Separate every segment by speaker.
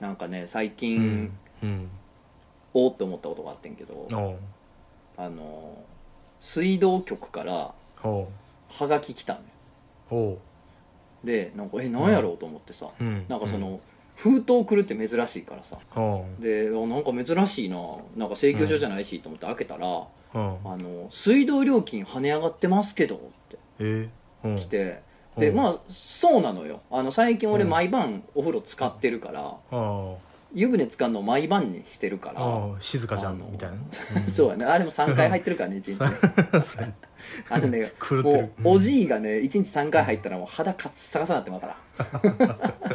Speaker 1: なんかね最
Speaker 2: う
Speaker 1: 近
Speaker 2: ん、うん
Speaker 1: おーって思ったことがあってんけど、
Speaker 2: おう
Speaker 1: あの水道局から
Speaker 2: おう
Speaker 1: ハガキ来たんよ
Speaker 2: おう
Speaker 1: でなんかえなんやろうと思ってさ、
Speaker 2: うん
Speaker 1: なんかその、封筒来るって珍しいからさ
Speaker 2: おう
Speaker 1: であなんか珍しいななんか請求書じゃないしと思って開けたら、
Speaker 2: おう
Speaker 1: あの水道料金跳ね上がってますけどって
Speaker 2: えおう
Speaker 1: 来て、でま
Speaker 2: あ
Speaker 1: あそうなのよあの最近俺
Speaker 2: うん
Speaker 1: 毎晩お風呂使ってるから、
Speaker 2: あ
Speaker 1: 湯船使うの毎晩にしてるから、
Speaker 2: ああ静かじゃん
Speaker 1: あの
Speaker 2: みたいな
Speaker 1: そうやねあれも3回入ってるからね一日
Speaker 2: うんそれ
Speaker 1: あのね
Speaker 2: 狂
Speaker 1: も
Speaker 2: ってる
Speaker 1: うおじいがね1日3回入ったらもう肌カッサカサなってまうからい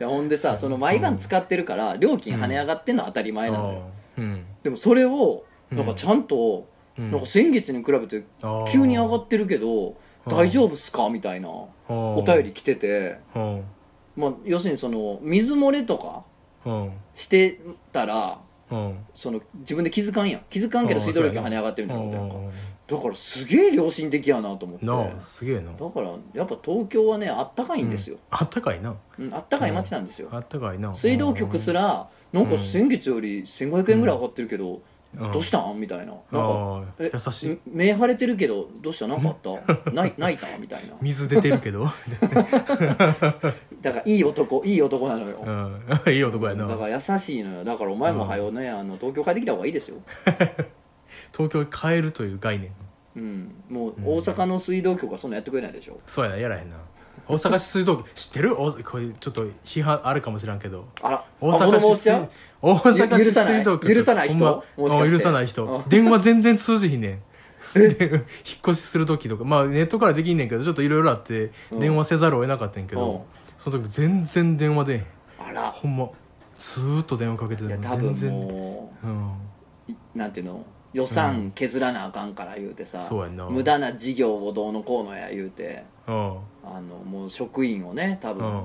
Speaker 1: やほんでさその毎晩使ってるから料金跳ね上がってんのは当たり前なのよ、
Speaker 2: うんうん
Speaker 1: でもそれをなんか
Speaker 2: うん
Speaker 1: ちゃんと、
Speaker 2: うん
Speaker 1: なんか先月に比べて急に上がってるけど
Speaker 2: あー
Speaker 1: 大丈夫っすかみたいなお
Speaker 2: お
Speaker 1: 便り来てて、
Speaker 2: おう
Speaker 1: まあ、要するにその水漏れとか
Speaker 2: おう
Speaker 1: してたら
Speaker 2: おう
Speaker 1: その自分で気づかんやん気づかんけど
Speaker 2: あー
Speaker 1: 水道料金
Speaker 2: そう
Speaker 1: 跳
Speaker 2: や
Speaker 1: ね
Speaker 2: ね
Speaker 1: 上がってるみたいなことやんか
Speaker 2: おう
Speaker 1: だからすげえ良心的やなと思って
Speaker 2: なあすげえな
Speaker 1: だからやっぱ東京はねあったかいんですよ、
Speaker 2: あったかいな
Speaker 1: うんあったかい街なんですよ、
Speaker 2: あったかいな
Speaker 1: 水道局すらなんか先月より1500円ぐらい上がってるけど、どうしたんみたいななんか
Speaker 2: か
Speaker 1: え
Speaker 2: 優しい
Speaker 1: 目腫れてるけどどうしたなんかあ ったない泣いたみたいな
Speaker 2: 水出てるけど
Speaker 1: だからいい男いい男なのよ、
Speaker 2: うんいい男や
Speaker 1: だ
Speaker 2: な
Speaker 1: から優しいのよだからお前もはよね、あの東京帰ってきた方がいいですよ、
Speaker 2: 東京に帰るという概念
Speaker 1: うん、もう大阪の水道局はそんなやってくれないでしょ
Speaker 2: そうやなやらへんな大阪市水道局知ってるおこれちょっと批判あるかもしらんけど
Speaker 1: あら
Speaker 2: 大
Speaker 1: あ物
Speaker 2: 阪
Speaker 1: 申
Speaker 2: 市
Speaker 1: しち
Speaker 2: 水
Speaker 1: ゃう
Speaker 2: 大阪
Speaker 1: ゆ
Speaker 2: 市
Speaker 1: 許さない
Speaker 2: 水道局
Speaker 1: 許さない人
Speaker 2: ほんま
Speaker 1: もしかして
Speaker 2: うん許さない人電話全然通じひん ねんで引っ越しする時とかまあネットからできんねんけどちょっといろいろあって
Speaker 1: うん
Speaker 2: 電話せざるを得なかったんやけ
Speaker 1: うん
Speaker 2: どその時全然電話出えへん
Speaker 1: あら
Speaker 2: ほんまずーっと電話かけて
Speaker 1: い
Speaker 2: た
Speaker 1: や
Speaker 2: の
Speaker 1: 多
Speaker 2: 全
Speaker 1: 分
Speaker 2: 然
Speaker 1: も
Speaker 2: うん
Speaker 1: ういなんていうの予算削らなあかんから言うてさ、
Speaker 2: そうやんな
Speaker 1: 無駄な事業をどうのこうのや言うて
Speaker 2: うんうん
Speaker 1: あのもう職員をね多分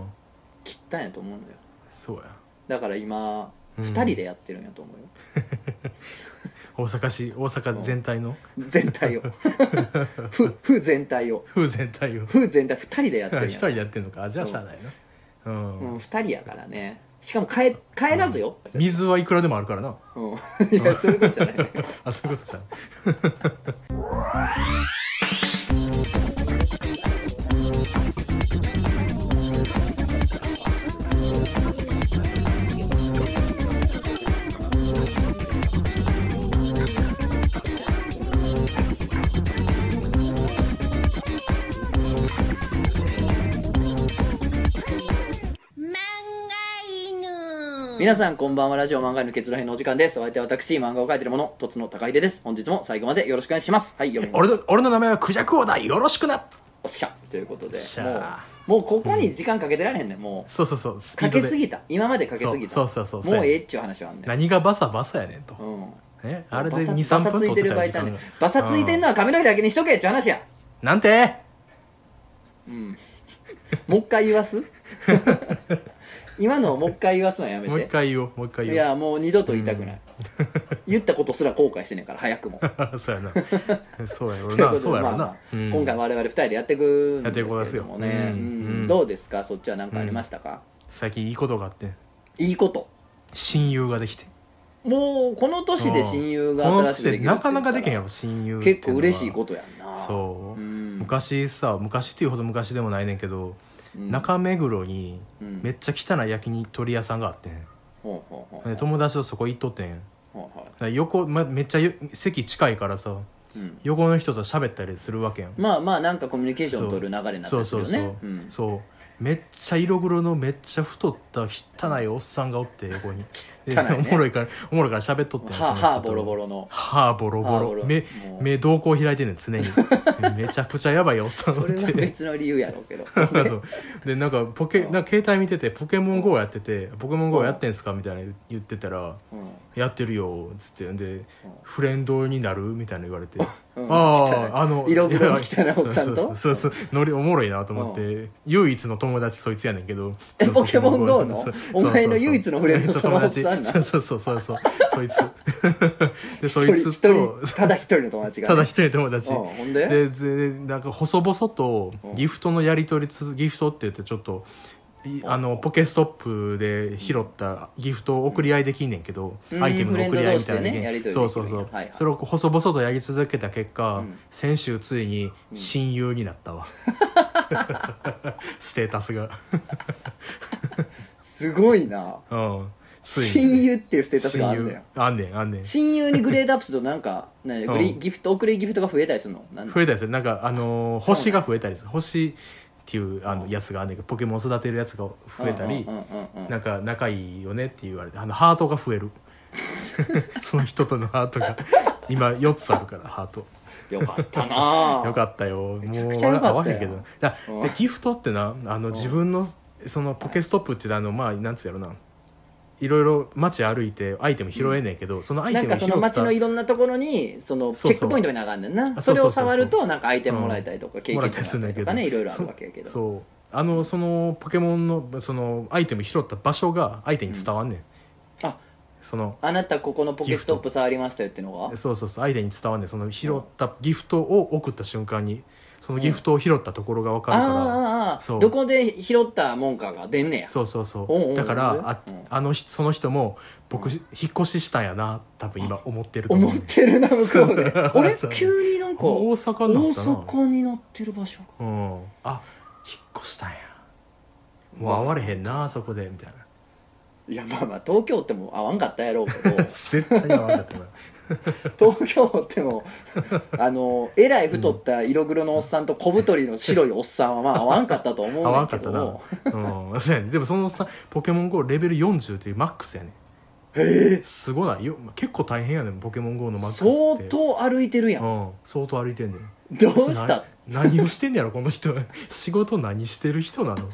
Speaker 1: 切ったんやと思うのよ
Speaker 2: そうや
Speaker 1: だから今、
Speaker 2: うん
Speaker 1: 二2人でやってるんやと思うよ
Speaker 2: 大阪市大阪全体の
Speaker 1: 全体をふふ全体を
Speaker 2: 風全体を
Speaker 1: ふ全体2人でやってるん
Speaker 2: 一
Speaker 1: や
Speaker 2: 人でやってんのかあじゃあしゃあないなうん
Speaker 1: うん、2人やからねしかも帰帰らずよ、うん
Speaker 2: 水はいくらでもあるからな
Speaker 1: いやそういうことじゃないね
Speaker 2: あそういうことじゃん
Speaker 3: 漫画犬
Speaker 1: 皆さんこんばんはラジオ漫画への結論編のお時間ですお相手は私漫画を描いてる者とつの高秀です本日も最後までよろしくお願いしますはい読みます
Speaker 2: 俺の俺の名前はクジャクオだよろしくな
Speaker 1: おっしゃということで
Speaker 2: っしゃ
Speaker 1: もうもうここに時間かけてられへんねんも
Speaker 2: そうそうそうス
Speaker 1: う
Speaker 2: ピ
Speaker 1: か
Speaker 2: ード
Speaker 1: け
Speaker 2: です
Speaker 1: ぎた今までかけすぎた
Speaker 2: そうそうそうそう
Speaker 1: もうええっちゅう話はあんねん
Speaker 2: 何がバサバサやねんと、
Speaker 1: うん
Speaker 2: ね、あれで
Speaker 1: バサ
Speaker 2: 23
Speaker 1: バサ
Speaker 2: 分
Speaker 1: つ
Speaker 2: 取
Speaker 1: い
Speaker 2: ってて
Speaker 1: る
Speaker 2: た
Speaker 1: 場合
Speaker 2: 時
Speaker 1: ちゃうねん
Speaker 2: 間
Speaker 1: バサついてんのは髪の毛だけにしとけっちゅう話や
Speaker 2: なんて
Speaker 1: うんもう一回言わ す今のをもう一回言わすのはやめ
Speaker 2: もう一
Speaker 1: て
Speaker 2: 回言おうもう一回
Speaker 1: い
Speaker 2: 言おう
Speaker 1: やもう二度と言いたくない言ったことすら後悔してんねんから早くも
Speaker 2: そうや な。そうやろ
Speaker 1: ということ
Speaker 2: な。
Speaker 1: で
Speaker 2: そうやろ
Speaker 1: まあまあ
Speaker 2: な。うん
Speaker 1: 今回我々二人でやっていくん
Speaker 2: やって
Speaker 1: で
Speaker 2: いこうですす
Speaker 1: けれ
Speaker 2: よ
Speaker 1: どもね、
Speaker 2: うん
Speaker 1: うん
Speaker 2: うん
Speaker 1: どうですかそっちは何かありましたか、
Speaker 2: 最近いいことがあって、
Speaker 1: いいこと
Speaker 2: 親友ができて。
Speaker 1: もうこの年で親友が
Speaker 2: この
Speaker 1: 新し
Speaker 2: 年
Speaker 1: く
Speaker 2: で
Speaker 1: できるって言
Speaker 2: な
Speaker 1: った
Speaker 2: からなかできへんやろ、親友ってうのは。
Speaker 1: 結構嬉しいことやんな
Speaker 2: そう。
Speaker 1: ん
Speaker 2: 昔さ、昔っていうほど昔でもないねんけど、
Speaker 1: うん
Speaker 2: 中目黒に
Speaker 1: うん
Speaker 2: めっちゃ汚い焼き鳥屋さんがあってん。
Speaker 1: ほうほうほう
Speaker 2: で友達とそこ行っとってん。
Speaker 1: ほうほ
Speaker 2: で横、ま、めっちゃよ席近いからさ、
Speaker 1: ううん
Speaker 2: 横の人と喋ったりするわけやん。
Speaker 1: まあまあなんかコミュニケーション取る流れになって
Speaker 2: そう
Speaker 1: る
Speaker 2: そう
Speaker 1: よ
Speaker 2: そう
Speaker 1: ね、うん
Speaker 2: そうめっちゃ色黒のめっちゃ太った汚いおっさんがおって横に で
Speaker 1: 汚いね
Speaker 2: おもろいからおもろいから喋っとってん
Speaker 1: はあ
Speaker 2: その人と
Speaker 1: はあボロボロの
Speaker 2: 歯ボロ
Speaker 1: 歯
Speaker 2: ボ
Speaker 1: ボロ
Speaker 2: ロ目
Speaker 1: もう
Speaker 2: 目瞳孔開いてんねん常 にめちゃくちゃやばいおっさんお
Speaker 1: こ
Speaker 2: っ
Speaker 1: れは
Speaker 2: て
Speaker 1: 別の理由やろうけど
Speaker 2: なんかそうでなんかポケなんか携帯見てて「ポケモン GO」やってて「ポケモン GO やってんすか?」みたいな言ってたら「
Speaker 1: うん
Speaker 2: やってるよ」っつってで「フレンドになる?」みたいな言われて
Speaker 1: うん
Speaker 2: あああ
Speaker 1: 汚
Speaker 2: の
Speaker 1: い 色黒の汚いおっさんと
Speaker 2: そうそうそうそうノリおもろいなと思って、唯一の友達そいつやねんけど
Speaker 1: えポケモン GO の
Speaker 2: そう
Speaker 1: お前の唯一のフレンド
Speaker 2: そう
Speaker 1: そのおっさんなん
Speaker 2: 友達そうそうそうそうそうそいつでそ
Speaker 1: 一
Speaker 2: い
Speaker 1: 人
Speaker 2: つ
Speaker 1: 一
Speaker 2: と
Speaker 1: 人ただ一人の友達がね
Speaker 2: ただ一人の友
Speaker 1: う
Speaker 2: 達
Speaker 1: んほんで
Speaker 2: でぜなんか細々とギフトのやり取りつギフトって言ってちょっといあのポケストップで拾ったギフトを送り合いできんねんけど、
Speaker 1: うん
Speaker 2: アイテムの送り合いみたいな
Speaker 1: フレンド同士でねやり取りできる
Speaker 2: そうそうそう、
Speaker 1: はいはい
Speaker 2: それを細々とやり続けた結果、
Speaker 1: うん
Speaker 2: 先週ついに親友になった わ、ステータスが、
Speaker 1: すごいな
Speaker 2: うん、ついに
Speaker 1: 親友っていうステータスがあるんだよ
Speaker 2: 親友あんねんあんねん
Speaker 1: 親友にグレードアップするとなんか何グリ、
Speaker 2: うん
Speaker 1: ギフト送りギフトが増えたりするのなん
Speaker 2: 増えたりするなんかあのー
Speaker 1: そうなん
Speaker 2: 星が増えたりする星っていうあのやつがあんねんけどポケモン育てるやつが増えたり、
Speaker 1: うんうんうんうんうん
Speaker 2: なんか仲いいよねって言われてあのハートが増える その人とのハートが今4つあるからハート
Speaker 1: よかったな
Speaker 2: よかったよ
Speaker 1: めちゃ
Speaker 2: も
Speaker 1: く
Speaker 2: う
Speaker 1: ちゃよかったよ
Speaker 2: 合わへんけどだ
Speaker 1: うん
Speaker 2: でギフトってなあの
Speaker 1: ん
Speaker 2: 自分のそのポケストップっていうのはあのまあなんつうやろないろいろ街歩いてアイテム拾えねえけど、そのアイテ
Speaker 1: なん
Speaker 2: ムを
Speaker 1: か
Speaker 2: 拾
Speaker 1: そ
Speaker 2: った
Speaker 1: の街のいろんなところにそのチ
Speaker 2: そうそ
Speaker 1: ェッ
Speaker 2: う
Speaker 1: クポイントみたいなのがあるんだよな
Speaker 2: あ
Speaker 1: そ
Speaker 2: そう
Speaker 1: れ
Speaker 2: そ
Speaker 1: を
Speaker 2: うそうそう
Speaker 1: 触るとなんかアイテムもらえたりとか経
Speaker 2: もら
Speaker 1: 験値
Speaker 2: ったりす
Speaker 1: も
Speaker 2: る
Speaker 1: ら
Speaker 2: ん
Speaker 1: えた
Speaker 2: だけ
Speaker 1: りとかね
Speaker 2: ど
Speaker 1: いろいろあるわけやけど
Speaker 2: そうあのそのポケモンのそのアイテム拾った場所が相手に伝わんねん、
Speaker 1: あ
Speaker 2: その
Speaker 1: あなたここのポケストップ触りましたよっていうのが
Speaker 2: そうそうそう相手に伝わんねんその拾ったギフトを送った瞬間にそのギフトを拾ったところが分かるから、
Speaker 1: あーあーあ
Speaker 2: そ
Speaker 1: ー
Speaker 2: う
Speaker 1: どこで拾ったもんかが出んねや
Speaker 2: そうそう
Speaker 1: おうおう
Speaker 2: そうだからあ
Speaker 1: うん
Speaker 2: あの人その人も僕引っ越ししたんやな多分今思ってると思う
Speaker 1: 思ってるな向こうで
Speaker 2: そう
Speaker 1: 俺
Speaker 2: そう
Speaker 1: 急になんか
Speaker 2: 大
Speaker 1: 大
Speaker 2: 阪になったな
Speaker 1: 阪に乗ってる場所
Speaker 2: うんあ引っ越したんやもう会われへんなあそこでみたいない
Speaker 1: やまあまあ東京っても合わんかったやろうけど
Speaker 2: 絶対会わなかったな
Speaker 1: 東京ってもあのえらい太った色黒のおっさんと小太りの白いおっさんはまあ合わんかったと思う
Speaker 2: 合わ
Speaker 1: ねん
Speaker 2: んか
Speaker 1: け
Speaker 2: った
Speaker 1: ど
Speaker 2: な
Speaker 1: も
Speaker 2: うん そうやねでもそのさポケモン GO レベル40っていうマックスやねへえすごないよ結構大変やねんポケモン GO のマックス
Speaker 1: 相
Speaker 2: って
Speaker 1: 当歩いてるやん
Speaker 2: うん相当歩いてんねん
Speaker 1: どうした
Speaker 2: な何をしてんねやろこの人 仕事何してる人なの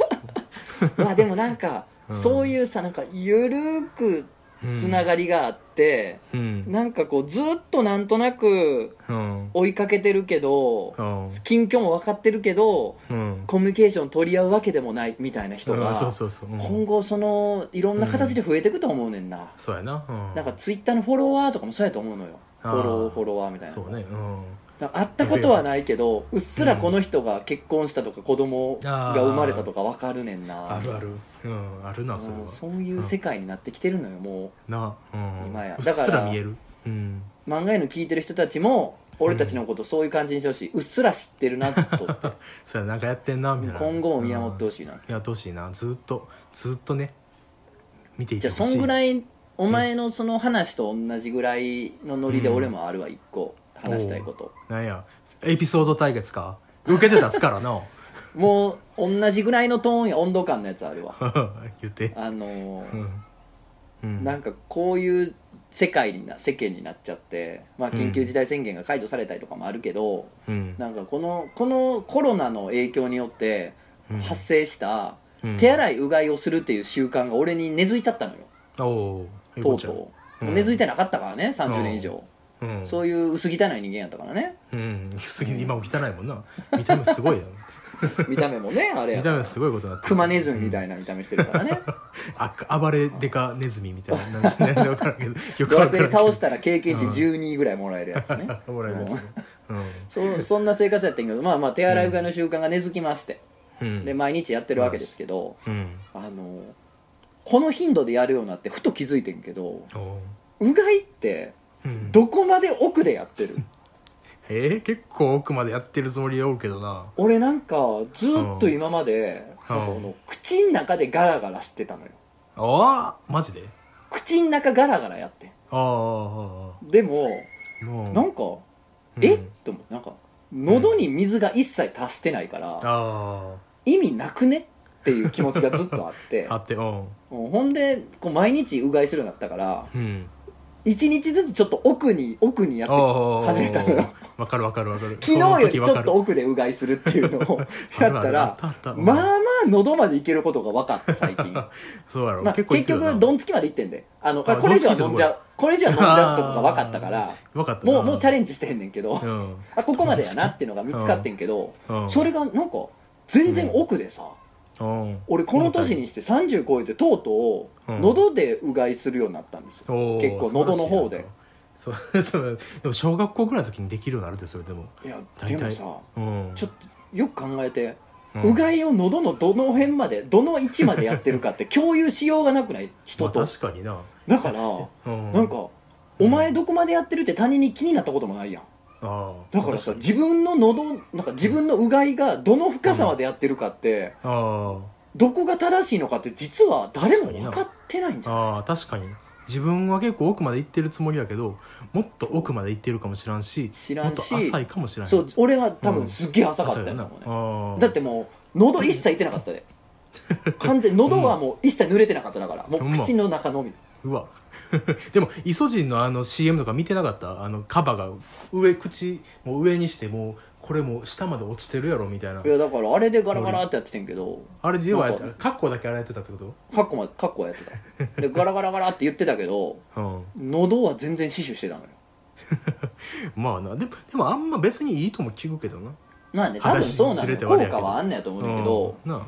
Speaker 1: まあでもなんか、
Speaker 2: うん
Speaker 1: そういうさなんかゆるく つながりがあって、
Speaker 2: うん
Speaker 1: なんかこうずっとなんとなく
Speaker 2: うん
Speaker 1: 追いかけてるけど、
Speaker 2: うん
Speaker 1: 近況も分かってるけど
Speaker 2: うん
Speaker 1: コミュニケーション取り合うわけでもないみたいな人が、
Speaker 2: うんそうそうそう、うん
Speaker 1: 今後そのいろんな形で増えていくと思うねんな、
Speaker 2: そうやな、うん、
Speaker 1: なんかツイッターのフォロワーとかもそうやと思うのよフ
Speaker 2: あー
Speaker 1: ォローフォロワーみたいな
Speaker 2: そうねうん
Speaker 1: なんか会ったことはないけどうっすらこの人が結婚したとか子供が生まれたとか分かるねんな
Speaker 2: あるあるうんあるなそれ
Speaker 1: う
Speaker 2: は
Speaker 1: んそういう世界になってきてるのよも
Speaker 2: なうん
Speaker 1: 今や
Speaker 2: うっ
Speaker 1: だ
Speaker 2: す
Speaker 1: から
Speaker 2: ら見えるうん
Speaker 1: う漫画への聞いてる人たちも俺たちのことそういう感じにしてほしいうっすら知ってるなずっとって
Speaker 2: そうやなんかやってんなみ たいな
Speaker 1: 今後も見守って
Speaker 2: う
Speaker 1: ほ
Speaker 2: ん
Speaker 1: しいな
Speaker 2: 見守ってほしいなずっとずっとね見てい
Speaker 1: じ
Speaker 2: て
Speaker 1: ゃあ
Speaker 2: ほしい
Speaker 1: そんぐ
Speaker 2: い
Speaker 1: らいお前のその話と同じぐらいのノリで
Speaker 2: うん
Speaker 1: 俺もあるわ一個話したいこと
Speaker 2: なんやエピソード対決か受けてたつからな
Speaker 1: もう同じぐらいのトーンや温度感のやつあるわ
Speaker 2: 言って
Speaker 1: あのー
Speaker 2: うんうん
Speaker 1: なんかこういう世界にな世間になっちゃって、まあ、緊急事態宣言が解除されたりとかもあるけど、
Speaker 2: うん
Speaker 1: なんかこのこのコロナの影響によって
Speaker 2: うん
Speaker 1: 発生した
Speaker 2: うん
Speaker 1: 手洗いうがいをするっていう習慣が俺に根付いちゃったのよ、
Speaker 2: おおー
Speaker 1: とうとう、
Speaker 2: うん
Speaker 1: 根付いてなかったからね30年以上、
Speaker 2: う、うん、
Speaker 1: そういう薄汚い人間やったからね
Speaker 2: うんすげえ今も汚いもんな見た目 すごいやん
Speaker 1: 見た目も ねあれやか
Speaker 2: 見た
Speaker 1: ら
Speaker 2: 目すごいことになってる
Speaker 1: クマネズミみたいな見た目してるからね
Speaker 2: あ暴れデカネズミみたいななんですねわからんけどよく
Speaker 1: ド
Speaker 2: わ
Speaker 1: ラ
Speaker 2: か
Speaker 1: ク
Speaker 2: ら
Speaker 1: エで
Speaker 2: んけど
Speaker 1: 倒したら経験値12ぐらいもらえるやつね
Speaker 2: もらえるやつね
Speaker 1: そうそんな生活やってんけどまあまあ手洗いうがいの習慣が根付きまして、
Speaker 2: うんうん
Speaker 1: で毎日やってるわけですけど、
Speaker 2: うん
Speaker 1: あのこの頻度でやるようになってふと気づいてんけど
Speaker 2: おー
Speaker 1: うがいって
Speaker 2: うん
Speaker 1: どこまで奥でやって る
Speaker 2: えー結構奥までやってるつもりでおるけどな
Speaker 1: 俺なんかずっと今まで、
Speaker 2: うん
Speaker 1: なんかこの口ん中でガラガラしてたのよ
Speaker 2: おーマジで
Speaker 1: 口ん中ガラガラやってん
Speaker 2: あーあーあ
Speaker 1: でも
Speaker 2: ーもう
Speaker 1: なんか、
Speaker 2: うん
Speaker 1: えっと思ってなんか喉に水が一切達してないから、
Speaker 2: あ
Speaker 1: 意味なくねっていう気持ちがずっとあって
Speaker 2: ああってうん
Speaker 1: うんほんでこう毎日うがいするようになったから
Speaker 2: うん
Speaker 1: 一日ずつちょっと奥に奥にやってき
Speaker 2: ああ
Speaker 1: 始めたのよ
Speaker 2: わかるわかるわかる
Speaker 1: 昨日よりち
Speaker 2: その時
Speaker 1: ょ
Speaker 2: わ
Speaker 1: っ
Speaker 2: か
Speaker 1: と
Speaker 2: る
Speaker 1: 奥でうがいするっていうのをや
Speaker 2: あるあ
Speaker 1: った
Speaker 2: るあ
Speaker 1: ら
Speaker 2: たあった
Speaker 1: まあ
Speaker 2: うん
Speaker 1: まあ喉までいけることが分かった最 近、ま
Speaker 2: そうやろ、
Speaker 1: あ、
Speaker 2: 結構い
Speaker 1: 結
Speaker 2: くよな
Speaker 1: 局どんつきまでいってんであの
Speaker 2: あ
Speaker 1: これ以上は飲んじゃ
Speaker 2: ど
Speaker 1: うこれ以上は飲んじゃうとこが分かったから
Speaker 2: わかったな
Speaker 1: もうもうチャレンジしてへんねんけど、
Speaker 2: うん
Speaker 1: あここまでやなっていうのが見つかってんけど、
Speaker 2: うん
Speaker 1: それがなんか全然奥でさ、
Speaker 2: うん
Speaker 1: 俺この年にして30超えてとうとう
Speaker 2: うん
Speaker 1: 喉でうがいするようになったんですよ、
Speaker 2: おー
Speaker 1: 結構喉の方で
Speaker 2: 素晴らしいなそう そうでも小学校ぐらいの時にできるようになるってそれでも
Speaker 1: いや
Speaker 2: 大
Speaker 1: で
Speaker 2: 体
Speaker 1: もさ
Speaker 2: うん
Speaker 1: ちょっとよく考えて
Speaker 2: うん
Speaker 1: うがいを喉のどの辺までどの位置までやってるかって共有しようがなくない人
Speaker 2: ま
Speaker 1: と
Speaker 2: あ確かにな、
Speaker 1: だから
Speaker 2: うん、
Speaker 1: なんかお前どこまでやってるって他人に気になったこともないやん
Speaker 2: ああ
Speaker 1: だからさ
Speaker 2: 確
Speaker 1: 自分の喉なんか自分のうがいがどの深さまでやってるかって
Speaker 2: かにあ
Speaker 1: どこが正しいのかって実は誰も分かってないんじゃん
Speaker 2: あああ確かに自分は結構奥まで行ってるつもりやけどもっと奥まで行ってるかもしらんし
Speaker 1: 知らんし
Speaker 2: もっと浅いかもしれん
Speaker 1: そう俺は多
Speaker 2: う
Speaker 1: 分
Speaker 2: ん
Speaker 1: すっげえ浅かった
Speaker 2: 浅い
Speaker 1: んだ
Speaker 2: よ
Speaker 1: もんね
Speaker 2: なああ
Speaker 1: だってもう喉一切いってなかったで完全に喉はもう一切濡れてなかっただからも
Speaker 2: ほん
Speaker 1: う
Speaker 2: ま
Speaker 1: 口の中のみ
Speaker 2: うわ でもイソジンのあの CM とか見てなかったあのカバが上口もう上にしてもうこれもう下まで落ちてるやろみたいない
Speaker 1: やだからあれでガラガラってやっててんけど
Speaker 2: あれではやった
Speaker 1: なん
Speaker 2: カッコだけあれやってたってこ
Speaker 1: カッコまカッコはやってた でガラガラガラって言ってたけど
Speaker 2: とうん
Speaker 1: 喉は全然死守してたのよ
Speaker 2: まあなでもでもあんま別にいいとも聞くけどな
Speaker 1: なんで多分そうなの
Speaker 2: 話ずれ
Speaker 1: よ
Speaker 2: て
Speaker 1: 効
Speaker 2: はねやけど
Speaker 1: 果はあんねやと思うねんだけど、
Speaker 2: うんなあうん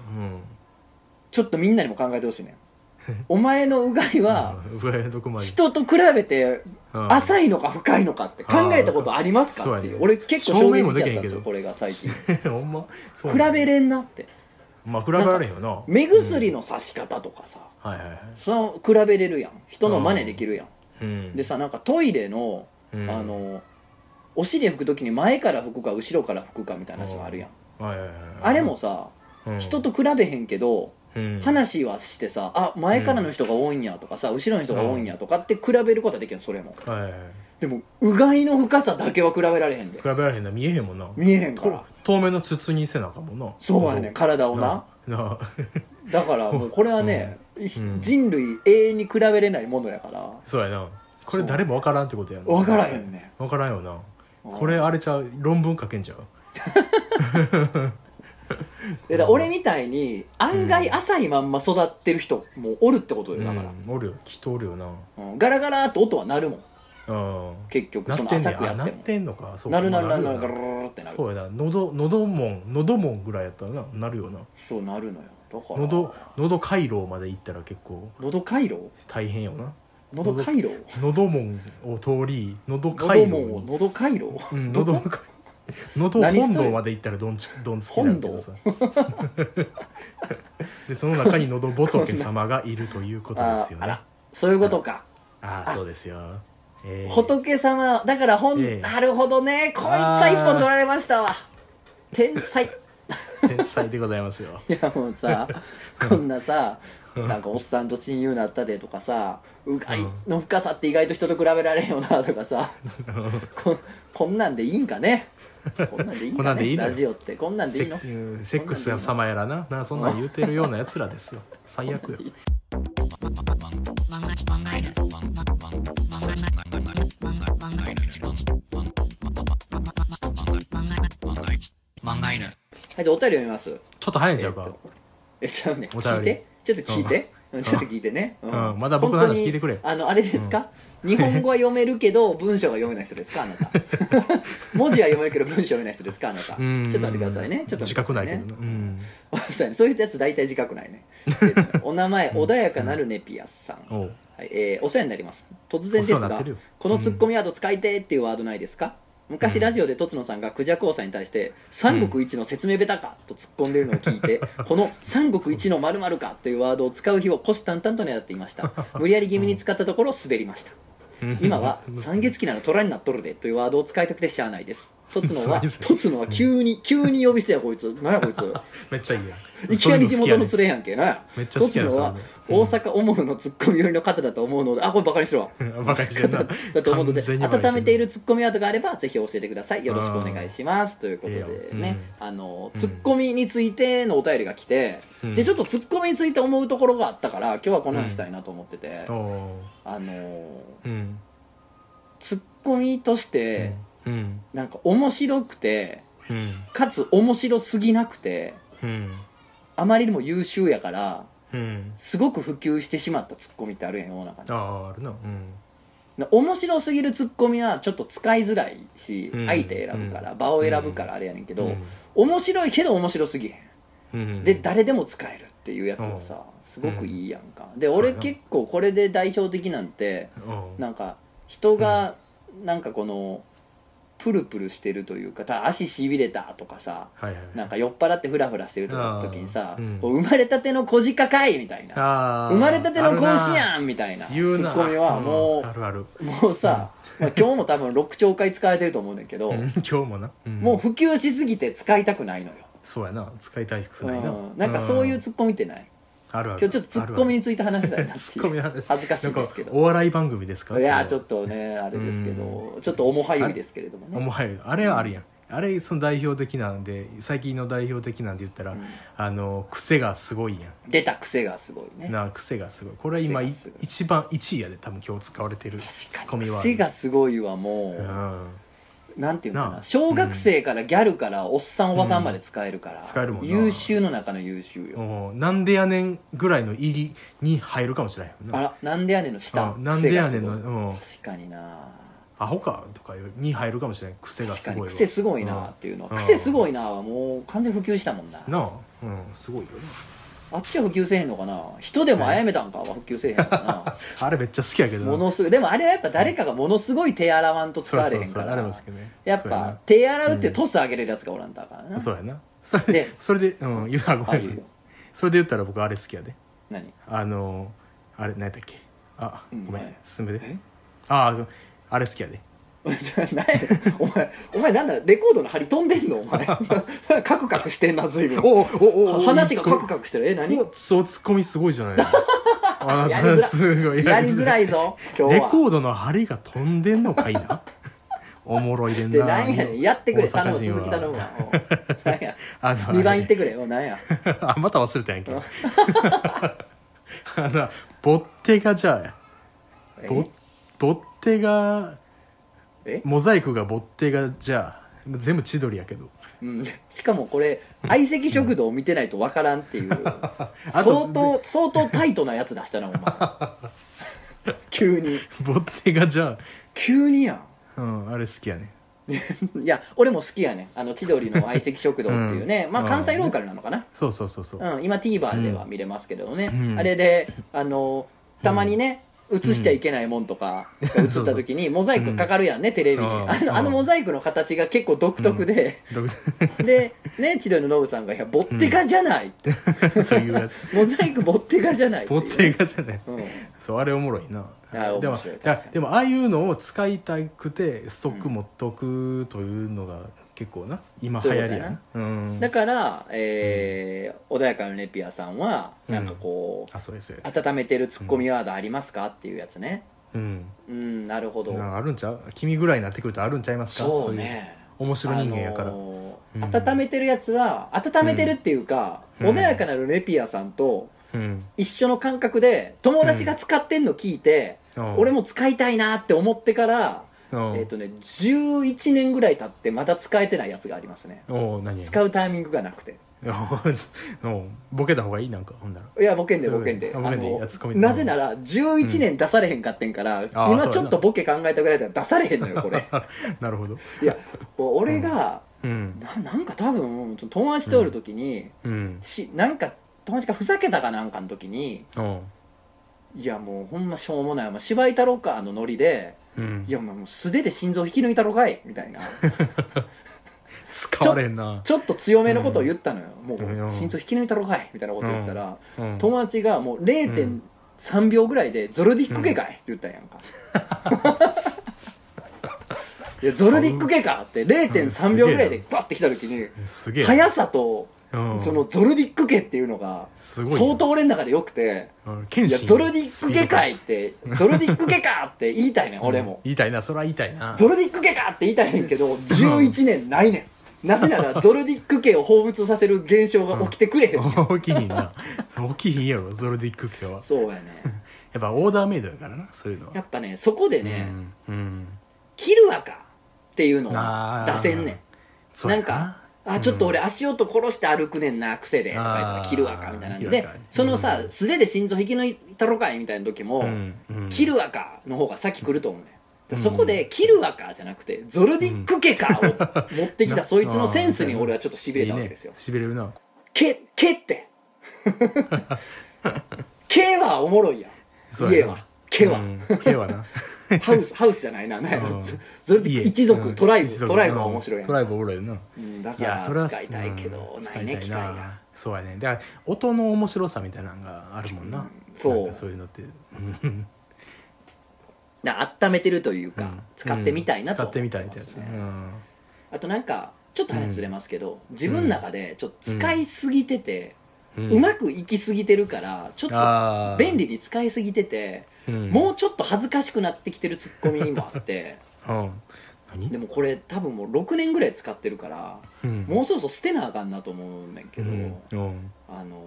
Speaker 1: ちょっとみんなにも考えてほしい ねんお前のうがいは
Speaker 2: うん上どこまで
Speaker 1: 人と比べて
Speaker 2: うん
Speaker 1: 浅いのか深いのかって考えたことあります
Speaker 2: そ
Speaker 1: か
Speaker 2: うや
Speaker 1: って
Speaker 2: ね
Speaker 1: いう俺結構衝撃的だったんです
Speaker 2: 証明もできへんけ
Speaker 1: よ
Speaker 2: ど
Speaker 1: これが最近
Speaker 2: ほん まそう
Speaker 1: 比べれんなって
Speaker 2: まあ比べられへんよな
Speaker 1: 目薬
Speaker 2: の、
Speaker 1: の差し方とかさ
Speaker 2: はいはいはい
Speaker 1: その比べれるやん人の真似できるやん、
Speaker 2: うん
Speaker 1: で、さなんかトイレの、
Speaker 2: うん
Speaker 1: あのお尻拭く時に前から拭くか後ろから拭くかみたいな話もあるやん、
Speaker 2: はいはいはい
Speaker 1: あれも、さ、
Speaker 2: うん
Speaker 1: 人、と比べへんけど、
Speaker 2: うん
Speaker 1: 話はしてさあ前からの人が多いんやとかさ後ろの人が多いんやとかって比べることはできるそれも
Speaker 2: はいはいはい
Speaker 1: でもうがいの深さだけは比べられへんで
Speaker 2: 比べられへんな見えへんもんな
Speaker 1: 見えへんか
Speaker 2: と
Speaker 1: ら
Speaker 2: 透明の筒にせなあかんもんな
Speaker 1: そうやねん体をな
Speaker 2: な
Speaker 1: だからもうこれはね、いし
Speaker 2: うん
Speaker 1: 人類永遠に比べれないものやから
Speaker 2: そうやなこれ誰も分からんってことやな
Speaker 1: 分からへんね
Speaker 2: 分からんよなこ
Speaker 1: う
Speaker 2: れ
Speaker 1: ん
Speaker 2: あれちゃう論文書けんちゃう
Speaker 1: でだから俺みたいに案外浅いまんま育ってる人もおるってことよだから、
Speaker 2: うんおるよきっとおるよな
Speaker 1: うんガラガラーって音は鳴るもん
Speaker 2: うん
Speaker 1: 結局
Speaker 2: なっ
Speaker 1: そ
Speaker 2: て
Speaker 1: の
Speaker 2: んね
Speaker 1: 浅くや
Speaker 2: や
Speaker 1: っ
Speaker 2: なって
Speaker 1: も
Speaker 2: てんのかそうか
Speaker 1: なるなるなる
Speaker 2: ま
Speaker 1: なる
Speaker 2: あ
Speaker 1: ガラ
Speaker 2: よ
Speaker 1: ガラガラってなる
Speaker 2: そうやな喉喉門喉門ぐらいやったらななるよな
Speaker 1: そうなるのよだから
Speaker 2: 喉喉回廊まで行ったら結構
Speaker 1: 喉回廊
Speaker 2: 大変よな
Speaker 1: 喉回廊
Speaker 2: 喉門を通り喉
Speaker 1: 喉
Speaker 2: 回廊
Speaker 1: も喉回廊
Speaker 2: うん
Speaker 1: どこ
Speaker 2: 喉の回喉
Speaker 1: 何し
Speaker 2: 本
Speaker 1: とる
Speaker 2: 堂まで行ったらどんちどんつきなんだけどさ でその中に喉仏様がいるということですよ
Speaker 1: あ
Speaker 2: ね
Speaker 1: らそういうことか
Speaker 2: ああそうですよ、えー
Speaker 1: 仏様だからほん、
Speaker 2: ええ
Speaker 1: なるほどねこいつは一本取られましたわ天才い
Speaker 2: 天才でございますよ
Speaker 1: やもうさこんなさなんかおっさんと親友なったでとかさうがいの深さって意外と人と比べられんよなとかさここんなんでいいんかねこんなんでいいん
Speaker 2: こんな
Speaker 1: か
Speaker 2: んでい
Speaker 1: ね
Speaker 2: いのよ
Speaker 1: ラジオってこんなんで
Speaker 2: セ
Speaker 1: いいの
Speaker 2: ッうんセックス様やらななそんなん言うてるようなやつらで すよ最悪よ
Speaker 1: はいじゃあお便り読みます
Speaker 2: ちょっと早いんちゃう
Speaker 1: え
Speaker 2: か
Speaker 1: っ、とえちゃうね
Speaker 2: お便り
Speaker 1: 聞いてちょっと聞いて、うんちょっと聞いてね、
Speaker 2: うんまだ僕の話聞いてくれ
Speaker 1: 本当にあのあれですか、日本語は読めるけど文章が読めない人ですかあ なた文字は読めるけど文章読めない人ですかあなたちょっと
Speaker 2: うん
Speaker 1: 待ってくださいねちょっと待
Speaker 2: 自
Speaker 1: って
Speaker 2: 覚
Speaker 1: くだ
Speaker 2: な
Speaker 1: さ
Speaker 2: い
Speaker 1: いね
Speaker 2: けどな、うん、
Speaker 1: そうやねそういうやつ大体自覚 ないねえっとねお名前穏やかなるネピアさん、
Speaker 2: おう
Speaker 1: はいえーお世話になります突然です
Speaker 2: お世話にな
Speaker 1: が
Speaker 2: ってるよ
Speaker 1: このツッコミワード使いてーっていうワードないですか昔ラジオでとつのさんがクジャコウさんに対して「三国一の説明ベタか!」と突っ込んでるのを聞いて この「三国一の〇〇か!」というワードを使う日を虎視眈々と狙っていました無理やり気味に使ったところ滑りました今 は「三月期なの虎になっとるで」というワードを使いたくてしゃあないですとつのは
Speaker 2: そうですね
Speaker 1: とつのは急に急に呼び捨てやこいつ何やこいつ
Speaker 2: めっちゃいいやん
Speaker 1: いきなり地元の連
Speaker 2: そ
Speaker 1: れやんけなや
Speaker 2: めっちゃ好
Speaker 1: と
Speaker 2: き
Speaker 1: つ
Speaker 2: やな
Speaker 1: のは
Speaker 2: それ
Speaker 1: 大阪オモフのツッコミ寄りの方だと思うのであこれバカにしろ
Speaker 2: ういうの 好きバカにしてんな
Speaker 1: だと思うので
Speaker 2: 完全にバカにしてんな
Speaker 1: 温めているツッコミワードがあればぜひ教えてくださいよろしくお願いしますということ
Speaker 2: いいよ
Speaker 1: で
Speaker 2: う
Speaker 1: ね
Speaker 2: ん
Speaker 1: あの
Speaker 2: うん
Speaker 1: ツッコミについてのお便りが来て、
Speaker 2: うん
Speaker 1: でちょっとツッコミについて思うところがあったから今日はこの話したいなと思ってて、
Speaker 2: おう
Speaker 1: あの
Speaker 2: うん
Speaker 1: ツッコミとして、
Speaker 2: うん
Speaker 1: なんか面白くて
Speaker 2: うん
Speaker 1: かつ面白すぎなくて
Speaker 2: うん
Speaker 1: あまりにも優秀やから
Speaker 2: うん
Speaker 1: すごく普及してしまったツッコミってあるやん世の中に
Speaker 2: あああるなうん
Speaker 1: な面白すぎるツッコミはちょっと使いづらいし、
Speaker 2: うん
Speaker 1: 相手選ぶから、
Speaker 2: うん
Speaker 1: 場を選ぶからあれやねんけど、
Speaker 2: うん
Speaker 1: 面白いけど面白すぎへん、
Speaker 2: うん
Speaker 1: で誰でも使えるっていうやつはさすごくいいやんか、で俺
Speaker 2: そうやな
Speaker 1: 結構これで代表的なんて
Speaker 2: うん
Speaker 1: なんか人がなんかこのプルプルしてるというかただ足しびれたとかさ
Speaker 2: はいはい
Speaker 1: なんか酔っ払ってフラフラしてる時にさ
Speaker 2: あーうん
Speaker 1: こう生まれたての小鹿かい!」みたいな「
Speaker 2: あー
Speaker 1: 生まれたての甲子
Speaker 2: あ
Speaker 1: やん!」みたいなツ
Speaker 2: るな言うな
Speaker 1: ッコミはも
Speaker 2: んあるある
Speaker 1: うもうさ、まあ、今日も多分6兆回使われてると思うんだけど
Speaker 2: うん今日もな、ん
Speaker 1: もう普及しすぎて使いたくないのよ。
Speaker 2: そうやな使いたいくないな、
Speaker 1: うん、なんかそういうツッコミってない
Speaker 2: あるある
Speaker 1: 今日ちょっとツッコミについて話したいなっていう
Speaker 2: ツッコミの 話
Speaker 1: 恥ずかしいですけ
Speaker 2: なんか
Speaker 1: ど
Speaker 2: お笑い番組ですか
Speaker 1: いやーちょっ
Speaker 2: と
Speaker 1: とねあれですけどちょっと重はゆいですけれども
Speaker 2: お
Speaker 1: ね
Speaker 2: 前あれはあるやん、あれその代表的なんで最近の代表的なんで言ったら、
Speaker 1: うん
Speaker 2: あの癖がすごいや
Speaker 1: 出た癖がすごいね
Speaker 2: んな癖がすごいこれは今い
Speaker 1: 癖がすごい
Speaker 2: 一番1位やで多分今日使われてるツッ
Speaker 1: 確
Speaker 2: コ
Speaker 1: かに
Speaker 2: ミは
Speaker 1: 癖がすごいわも
Speaker 2: う
Speaker 1: う、
Speaker 2: ん
Speaker 1: なんていうのか
Speaker 2: な
Speaker 1: な
Speaker 2: あ
Speaker 1: 小学生からギャルからおっさんおばさんまで使えるから、
Speaker 2: ん使えるもんな
Speaker 1: 優秀の中の優秀よ、
Speaker 2: もうなんでやねんぐらいの入りに入るかもしれない
Speaker 1: あらなんでやねんの下
Speaker 2: うんなんでやねんの、
Speaker 1: 癖がすごい
Speaker 2: うん、
Speaker 1: 確かにな
Speaker 2: アホかとかに入るかもしれない癖が
Speaker 1: 確
Speaker 2: す
Speaker 1: か
Speaker 2: ごい
Speaker 1: に
Speaker 2: わ
Speaker 1: 癖すごいなっていうのは、
Speaker 2: うん
Speaker 1: 癖すごいなはもう完全普及したもんな
Speaker 2: なあうんすごいよ
Speaker 1: あっちは普及せえへんのかな人でもあやめたんかは普及せえへんの か
Speaker 2: なあれめっちゃ好きやけど
Speaker 1: な
Speaker 2: な
Speaker 1: ものすごいでもあれはやっぱ誰かがものすごい手洗わんと使われへんか
Speaker 2: そうそうそうあれも
Speaker 1: ら
Speaker 2: 好きね
Speaker 1: やっ
Speaker 2: そうや
Speaker 1: ぱ手洗うってトス上げれるやつがおらんとあからな
Speaker 2: なそうやなそれ
Speaker 1: で
Speaker 2: でそれでうん言うなご
Speaker 1: ああ
Speaker 2: め
Speaker 1: いうんよ
Speaker 2: それで言ったら僕あれ好きやで
Speaker 1: 何
Speaker 2: あのあれ何やったっけあ
Speaker 1: うん
Speaker 2: ごめ
Speaker 1: はい
Speaker 2: ん進め
Speaker 1: え
Speaker 2: でああそうあれ好きやで
Speaker 1: 何やお前お前なんだレコードの針飛んでんのお 前カクカクしてんな随分
Speaker 2: おおお
Speaker 1: 話がカク
Speaker 2: か
Speaker 1: カクしてるえ何や
Speaker 2: そうツッコミすごいじ ゃないあ
Speaker 1: やりづら
Speaker 2: すごい
Speaker 1: りづらいぞ今日
Speaker 2: レ
Speaker 1: は
Speaker 2: コードの針が飛んでんのか いなおもろいでん
Speaker 1: で
Speaker 2: な
Speaker 1: 何やねんやってくれ
Speaker 2: 大阪
Speaker 1: 頼む続き
Speaker 2: 人は
Speaker 1: 頼むわおう何や
Speaker 2: あの
Speaker 1: 2番行ってくれおう何や
Speaker 2: あまた忘れたやんけ あのボッテがじゃあボボッテが
Speaker 1: え
Speaker 2: モザイクがボッテがじゃあ全部千鳥やけど
Speaker 1: うん、しかもこれ相席食堂を見てないとわからんって いう相当相当タイトなやつ出したなお前 急に
Speaker 2: ボッテがじゃ
Speaker 1: 急にや
Speaker 2: あ、うん、あれ好きやね
Speaker 1: んいや俺も好きやねんあの千鳥の相席食堂っていうね、
Speaker 2: うん
Speaker 1: まあ関西ローカルなのかな、
Speaker 2: そうそうそうそう、
Speaker 1: うん、今 TVer では見れますけどね、
Speaker 2: うん
Speaker 1: あれであのたまにね、映しちゃいけないもんとか映った時にモザイクかかるやんね、テレビに
Speaker 2: うん
Speaker 1: あのあのモザイクの形が結構独特で、
Speaker 2: ど
Speaker 1: でね千鳥のノブさんが「いやボッテガじゃない」って
Speaker 2: そういうやつ
Speaker 1: モザイクボッテガじゃないってい
Speaker 2: ボ
Speaker 1: う
Speaker 2: ッテがじゃない
Speaker 1: うん、
Speaker 2: そうあれおもろいな
Speaker 1: あ
Speaker 2: で
Speaker 1: 面
Speaker 2: も
Speaker 1: 白い
Speaker 2: だ
Speaker 1: 確かに
Speaker 2: でもああいうのを使いたくてストック持っとくというのが結構な今流行りやなうん
Speaker 1: だから、えー穏やかなネピアさんはなんかこう、
Speaker 2: あそうですそうです
Speaker 1: 温めてるツッコミワードありますかっていうやつね
Speaker 2: うん
Speaker 1: うんなるほど
Speaker 2: なあるんちゃう君ぐらいになってくるとあるんちゃいますか
Speaker 1: そうね
Speaker 2: そういう面白い人間やから、
Speaker 1: あの
Speaker 2: うん
Speaker 1: ー温めてるやつは温めてるっていうか、
Speaker 2: うん
Speaker 1: 穏やかなるネピアさんと
Speaker 2: うん
Speaker 1: 一緒の感覚で友達が使ってんの聞いて、俺も使いたいなって思ってから、
Speaker 2: うん
Speaker 1: えっ、とね11年ぐらい経ってまだ使えてないやつがありますね
Speaker 2: おう何
Speaker 1: 使うタイミングがなくて
Speaker 2: おうボケた方がいいなんかほんなら
Speaker 1: いやボケんで
Speaker 2: そう
Speaker 1: ボケんで
Speaker 2: あ
Speaker 1: あ
Speaker 2: ボケんでいい
Speaker 1: の
Speaker 2: やツッコミで
Speaker 1: なぜなら11年出されへんかってんから、
Speaker 2: あー
Speaker 1: 今
Speaker 2: そう
Speaker 1: ち
Speaker 2: や
Speaker 1: ょ
Speaker 2: な
Speaker 1: っとボケ考えたぐらいだったら出されへんのよこ れ
Speaker 2: なるほど
Speaker 1: いやこう俺が、
Speaker 2: うん
Speaker 1: ななんか多分ちょっと友達とおる時に、
Speaker 2: うん
Speaker 1: しなんか友達がふざけたかなんかの時に
Speaker 2: おう
Speaker 1: いやもうほんましょうもないお前芝居太郎かのノリで
Speaker 2: うん
Speaker 1: いやお前もう素手で心臓引き抜いたろかいみたいな
Speaker 2: 使われんな
Speaker 1: ちょっと強めのことを言ったのよ、も
Speaker 2: う
Speaker 1: うん心臓引き抜いたろかいみたいなこと言ったら、
Speaker 2: うん
Speaker 1: 友達がもう0.3秒ぐらいで「ゾルディック系かい!」って言ったんやんか、 いやゾルディック系かって0.3秒ぐらいでバッて来た時に
Speaker 2: すげえ
Speaker 1: 速さと
Speaker 2: うん
Speaker 1: そのゾルディック系っていうのが
Speaker 2: すごいな
Speaker 1: 相当俺の中で良くて
Speaker 2: うん
Speaker 1: 「
Speaker 2: 剣
Speaker 1: いや
Speaker 2: 心
Speaker 1: ゾルディック系かい!」って「ゾルディック系か!」って言いたいね ん
Speaker 2: うん
Speaker 1: 俺も
Speaker 2: 言いたいなそれは言いたいな
Speaker 1: ゾルディック系かって言いたいねんけど11年ないねんなぜな らゾルディック系を放物させる現象が起きてくれへんねん
Speaker 2: 大きいんな大きいんやろゾルディック家はや
Speaker 1: そうやね
Speaker 2: っぱオーダーメイドやからなそういうのは
Speaker 1: やっぱねそこでね、
Speaker 2: うんうん
Speaker 1: 切るわかっていうのを
Speaker 2: あ
Speaker 1: 出
Speaker 2: ー
Speaker 1: せんねん
Speaker 2: そうや
Speaker 1: なんかあちょっと俺足音殺して歩くねんな癖でとか言ったら
Speaker 2: あー
Speaker 1: 切るわかみたいなんで
Speaker 2: 切るわか
Speaker 1: そのさ
Speaker 2: うん
Speaker 1: 素手で心臓引き抜いたろかいみたいな時も、
Speaker 2: うんうん
Speaker 1: 切るわかの方が先来ると思うねんだから
Speaker 2: うん
Speaker 1: そこで「切るわか」じゃなくて「ゾルディック家か」を持ってきた
Speaker 2: な
Speaker 1: そいつのセンスに俺はちょっとしびれ
Speaker 2: いい
Speaker 1: たわけ
Speaker 2: ね
Speaker 1: ですよ
Speaker 2: しびれるな
Speaker 1: 「け」「け」って「け」はおもろいやん「
Speaker 2: そうや
Speaker 1: 家
Speaker 2: な
Speaker 1: は「け」
Speaker 2: う
Speaker 1: は
Speaker 2: ん毛はな
Speaker 1: ハウスハウスじゃないななんやろ
Speaker 2: うん
Speaker 1: それで
Speaker 2: 家
Speaker 1: 一族、
Speaker 2: うん
Speaker 1: トライ
Speaker 2: 一
Speaker 1: ブ
Speaker 2: 族
Speaker 1: トライブは面白いや
Speaker 2: うんんトライブおるやんな
Speaker 1: うんだ
Speaker 2: い
Speaker 1: か
Speaker 2: や
Speaker 1: ら
Speaker 2: それは
Speaker 1: 使いたいけど、
Speaker 2: うん
Speaker 1: ないね機
Speaker 2: 使い
Speaker 1: 会
Speaker 2: たい
Speaker 1: が
Speaker 2: なそうやねだから音の面白さみたいなのがあるもんな
Speaker 1: そう
Speaker 2: なんかそういうの ってうん
Speaker 1: だ温めてるというか、
Speaker 2: うん
Speaker 1: 使ってみたいなと
Speaker 2: 使
Speaker 1: 思
Speaker 2: ってみ
Speaker 1: ま
Speaker 2: た
Speaker 1: す
Speaker 2: い
Speaker 1: ね
Speaker 2: ってやつうん
Speaker 1: あとなんかちょっと話ずれますけど、自分の中でちょっと使いすぎてて、
Speaker 2: う
Speaker 1: うまくいきすぎてるからちょっと
Speaker 2: あー
Speaker 1: 便利に使いすぎてて、
Speaker 2: うん
Speaker 1: もうちょっと恥ずかしくなってきてるツッコミにもあって
Speaker 2: うん何
Speaker 1: でもこれ多分もう6年ぐらい使ってるから
Speaker 2: うん
Speaker 1: もうそろそろ捨てなあかんなと思うんだけど、
Speaker 2: うん
Speaker 1: あの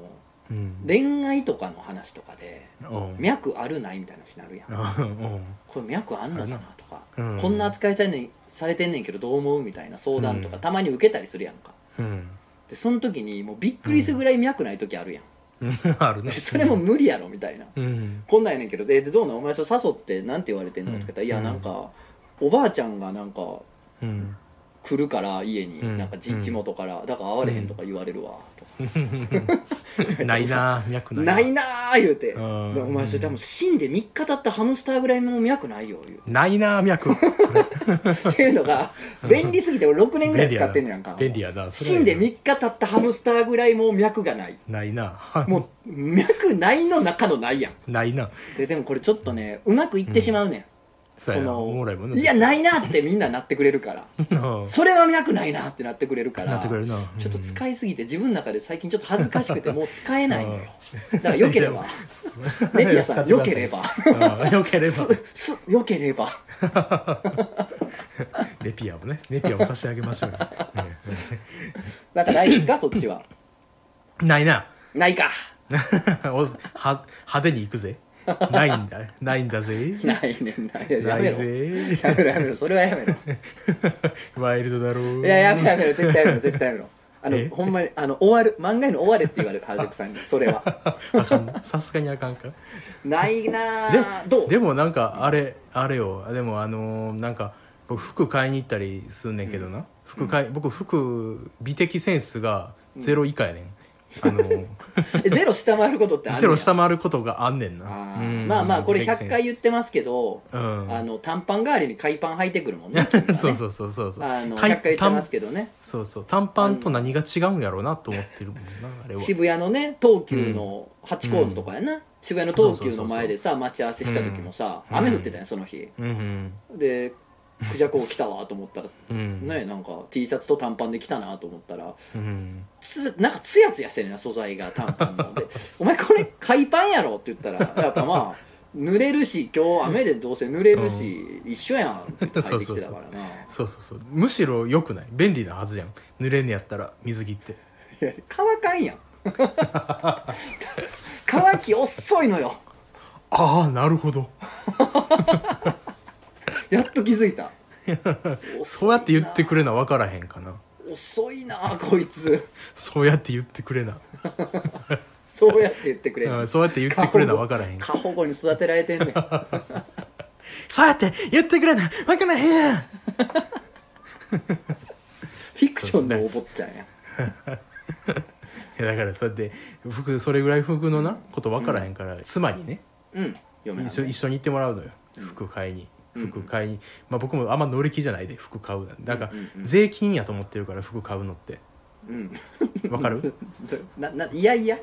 Speaker 2: うん
Speaker 1: 恋愛とかの話とかで
Speaker 2: うん
Speaker 1: 脈あるないみたいな話になるやん
Speaker 2: うん
Speaker 1: これ脈あんのかなとか、
Speaker 2: うん
Speaker 1: こんな扱いされねされてんねんけどどう思うみたいな相談とか
Speaker 2: うん
Speaker 1: たまに受けたりするやんか
Speaker 2: うん
Speaker 1: でその時にもうびっくりするぐらい脈ない時あるやん、
Speaker 2: うんあるね
Speaker 1: で それも無理やろみたいな、
Speaker 2: うん
Speaker 1: こんなんやねんけどででどうなんお前それ誘ってなんて言われてんの
Speaker 2: う
Speaker 1: っ
Speaker 2: ん
Speaker 1: て言ったら、いやなんかおばあちゃんがなんか
Speaker 2: うん
Speaker 1: 来るから家に、
Speaker 2: うん
Speaker 1: なんか地地元からだから会われへんとか言われるわ、とか
Speaker 2: ないな脈ない
Speaker 1: ないなー言うて、
Speaker 2: うん
Speaker 1: でお前それ多分死んで3日経ったハムスターぐらいも脈ないよ言う
Speaker 2: ないな 脈
Speaker 1: っていうのが便利すぎて俺6年ぐらい使ってんねやんか
Speaker 2: 便利やなそれ
Speaker 1: 死んで3日経ったハムスターぐらいもう脈がない
Speaker 2: ないな
Speaker 1: もう脈ないの中のないやん
Speaker 2: ないな
Speaker 1: ででもこれちょっとねうまくいってしまうねん、
Speaker 2: そうやなおもろいもんね
Speaker 1: い やないなってみんななってくれるから
Speaker 2: うん
Speaker 1: それは脈ないなってなってくれるから
Speaker 2: なってくれるな
Speaker 1: ちょっと
Speaker 2: い
Speaker 1: 使いすぎて自分の中で最近ちょっと恥ずかし くてもう使えないのよだからよければ レピア さんよければ
Speaker 2: よければ
Speaker 1: すすよければ
Speaker 2: レピアをねレピアを差し上げましょうよね
Speaker 1: なんかないですかそっちは
Speaker 2: ないな
Speaker 1: ないか
Speaker 2: おは派手に行くぜないんだないんだぜ
Speaker 1: ないねんないや や
Speaker 2: な
Speaker 1: め
Speaker 2: い
Speaker 1: ろ
Speaker 2: ぜ
Speaker 1: やめろやめろそれはやめろ
Speaker 2: ワイルドだろう
Speaker 1: いややめろやめろ絶対やめろ絶対やめろあ
Speaker 2: え
Speaker 1: のほんまにあの終わる漫画への終われって言われる原宿さんにそれ は
Speaker 2: あかんさすがにあかんか
Speaker 1: ないな
Speaker 2: でも
Speaker 1: ぁどう
Speaker 2: でもなんかあれあれよでもあのーなんか僕服買いに行ったりすんねんけどな、服買い僕服美的センスがゼロ以下やねん、 あのー
Speaker 1: えゼロ下回ることってある
Speaker 2: ゼロ下回ることがあんねんなうん
Speaker 1: まあまあこれ
Speaker 2: 美的セ
Speaker 1: 100
Speaker 2: ンス
Speaker 1: 回言ってますけど、
Speaker 2: うん
Speaker 1: あの短パン代わりに海パン履いてくるもんね君はね
Speaker 2: そうそうそうそうそう
Speaker 1: あの100
Speaker 2: かい
Speaker 1: 回言ってますけどね
Speaker 2: 短そうそう短パンと何が違うんやろうなと思ってるもんなあれは
Speaker 1: 渋谷のね東急のハチ公のとこやな、渋谷の東急の前でさ待ち合わせした時もさ、
Speaker 2: うん
Speaker 1: 雨降ってたよその日
Speaker 2: うん
Speaker 1: でクジャコ来たわと思ったら
Speaker 2: うんうん
Speaker 1: ねなんか T シャツと短パンで来たなと思ったら
Speaker 2: うん
Speaker 1: つなんかツヤツヤしてるな素材が短パンの で「お前これ海パンやろ」って言ったらやっぱまあ濡れるし今日雨でどうせ濡れるし、一緒やんって言って入ってきてたからな
Speaker 2: そうそうそうむしろ良くない便利なはずやん濡れんねやったら水着って
Speaker 1: いや乾かんやん 乾き遅いのよ
Speaker 2: ああなるほど
Speaker 1: やっと気づいた
Speaker 2: そうやって言ってく
Speaker 1: れ
Speaker 2: れな分からへんかな
Speaker 1: 遅いなあこいつ
Speaker 2: そうやって言ってくれな、
Speaker 1: そうやって言ってくれ
Speaker 2: うん、そうやって 言ってくれな分からへん
Speaker 1: 過保護に育てられてん ねん
Speaker 2: そうやって言ってくれな分からへんやん
Speaker 1: フィクションのお坊ちゃんや
Speaker 2: いやだからそうやって服それぐらい服のなこと分からへんから、妻にね
Speaker 1: うん嫁はん
Speaker 2: 一緒一緒に行ってもらうのよ服買いに服買いに、まあ、僕もあんま乗り気じゃないで服買うなんか
Speaker 1: うんうん
Speaker 2: 税金やと思ってるから服買うのって
Speaker 1: うん
Speaker 2: 分かる
Speaker 1: なないやいや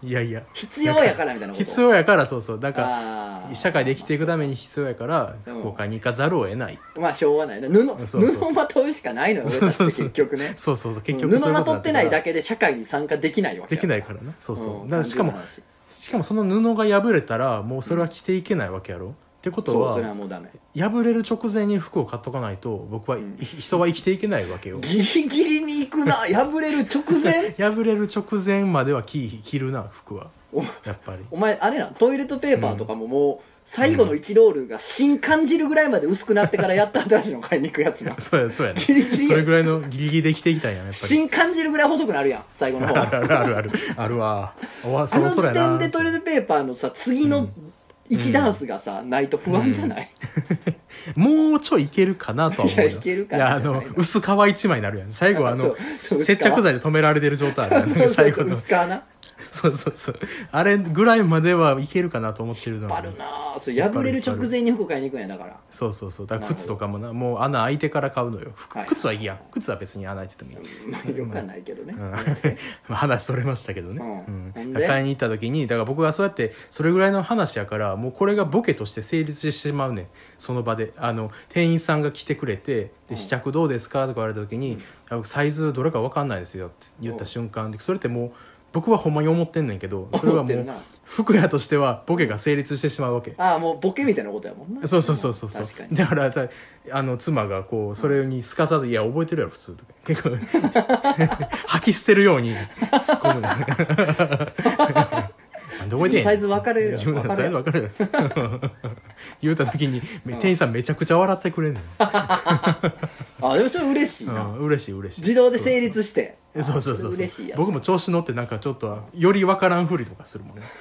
Speaker 2: いやいや
Speaker 1: 必要やからみたいなこと
Speaker 2: 必要やからそうそうだから
Speaker 1: あー
Speaker 2: 社会で生きていくために必要やから
Speaker 1: うん
Speaker 2: 服を買いに行かざるを得ない
Speaker 1: まあしょうがないな布
Speaker 2: そうそう
Speaker 1: 布をまとうしかないのよ俺
Speaker 2: そう
Speaker 1: たちって
Speaker 2: そうそう
Speaker 1: 結局ね
Speaker 2: そうそうそう結
Speaker 1: う
Speaker 2: 局
Speaker 1: ん
Speaker 2: そう
Speaker 1: 布
Speaker 2: う
Speaker 1: ま
Speaker 2: こと
Speaker 1: ってないだ
Speaker 2: け
Speaker 1: けで社会に参加できないわけ
Speaker 2: で
Speaker 1: や
Speaker 2: きないからなそうそう、
Speaker 1: ん
Speaker 2: だからしかも
Speaker 1: 単純な話
Speaker 2: しかもその布が破れたらもうそれは着ていけないわけやろ、ってこと
Speaker 1: そう
Speaker 2: は
Speaker 1: それはもうダメ
Speaker 2: 破れる直前に服を買っとかないと僕は、
Speaker 1: ん
Speaker 2: い人は生きていけないわけよ
Speaker 1: ギリギリに行 くな破れる直前
Speaker 2: 破れる直前までは着着るな服は
Speaker 1: お
Speaker 2: やっぱり
Speaker 1: お前あれなトイレットペーパーとかももう最後の1ロールが新感じるぐらいまで薄くなってからやった新しいの買いに行くやつな
Speaker 2: そう やそうやね
Speaker 1: ギリギリ
Speaker 2: それぐらいのギリギリで着ていきたいん ややっぱり
Speaker 1: 新感じるぐらい細くなるやん最後の方
Speaker 2: あ
Speaker 1: あ
Speaker 2: るあるあるあるわおわそろ
Speaker 1: の
Speaker 2: そ
Speaker 1: 時
Speaker 2: ろやな
Speaker 1: 点でトイレットペーパーのさ次の1ダンスがさ、ないと不安じゃない、
Speaker 2: もうちょいいけるかなとは思うよ
Speaker 1: いやいけるか
Speaker 2: いや
Speaker 1: な
Speaker 2: あ
Speaker 1: じゃないの
Speaker 2: の薄皮一枚になるやん最後 あ
Speaker 1: そ
Speaker 2: の
Speaker 1: うそう薄皮
Speaker 2: 接着剤で止められてる状態あるやん最後の
Speaker 1: 薄皮な
Speaker 2: そうそうそうあれぐらいまではいけるかなと思ってるのに
Speaker 1: あるなあそれ破れる直前に服買いに行くんやだから
Speaker 2: そうそうそうだから靴とかもなもう穴開いてから買うのよ服
Speaker 1: はい
Speaker 2: 靴はいいやん靴は別に穴開いててもいい、
Speaker 1: まあよくはないけどね、
Speaker 2: うん まあ話それましたけどね、
Speaker 1: うん
Speaker 2: う
Speaker 1: ほん
Speaker 2: ん
Speaker 1: で
Speaker 2: 買いに行った時にだから僕がそうやってそれぐらいの話やからもうこれがボケとして成立してしまうねんその場であの店員さんが来てくれて「で試着どうですか?」とか言われた時に「あサイズどれか分かんないですよ」って言った瞬間でそれってもう僕はほんまに思ってんねんけどそれは
Speaker 1: 思っ
Speaker 2: も
Speaker 1: てる
Speaker 2: う
Speaker 1: な
Speaker 2: 服屋としてはボケが成立してしまうわけ
Speaker 1: ああもうボケみたいなことやもんな
Speaker 2: そうそうそうそうそう
Speaker 1: 確かに
Speaker 2: だからたあの妻がこうそれにすかさず「いや覚えてるやろ普通」とか結構 吐き捨てるように突っ込む なんで覚
Speaker 1: 自
Speaker 2: えてんねん
Speaker 1: 分のサイズ分かるやろ
Speaker 2: 自分のサイズ分かるやろ 言うた時にめ店員さんめちゃくちゃ笑ってくれんの、
Speaker 1: ああでもそれ嬉しいうな、
Speaker 2: ん、嬉しい嬉しい
Speaker 1: 自動で成立して
Speaker 2: えそうそうそ
Speaker 1: あ
Speaker 2: うそう
Speaker 1: れ嬉しいやつ
Speaker 2: 僕も調子乗ってなんかちょっとより分からんふりとかするもんね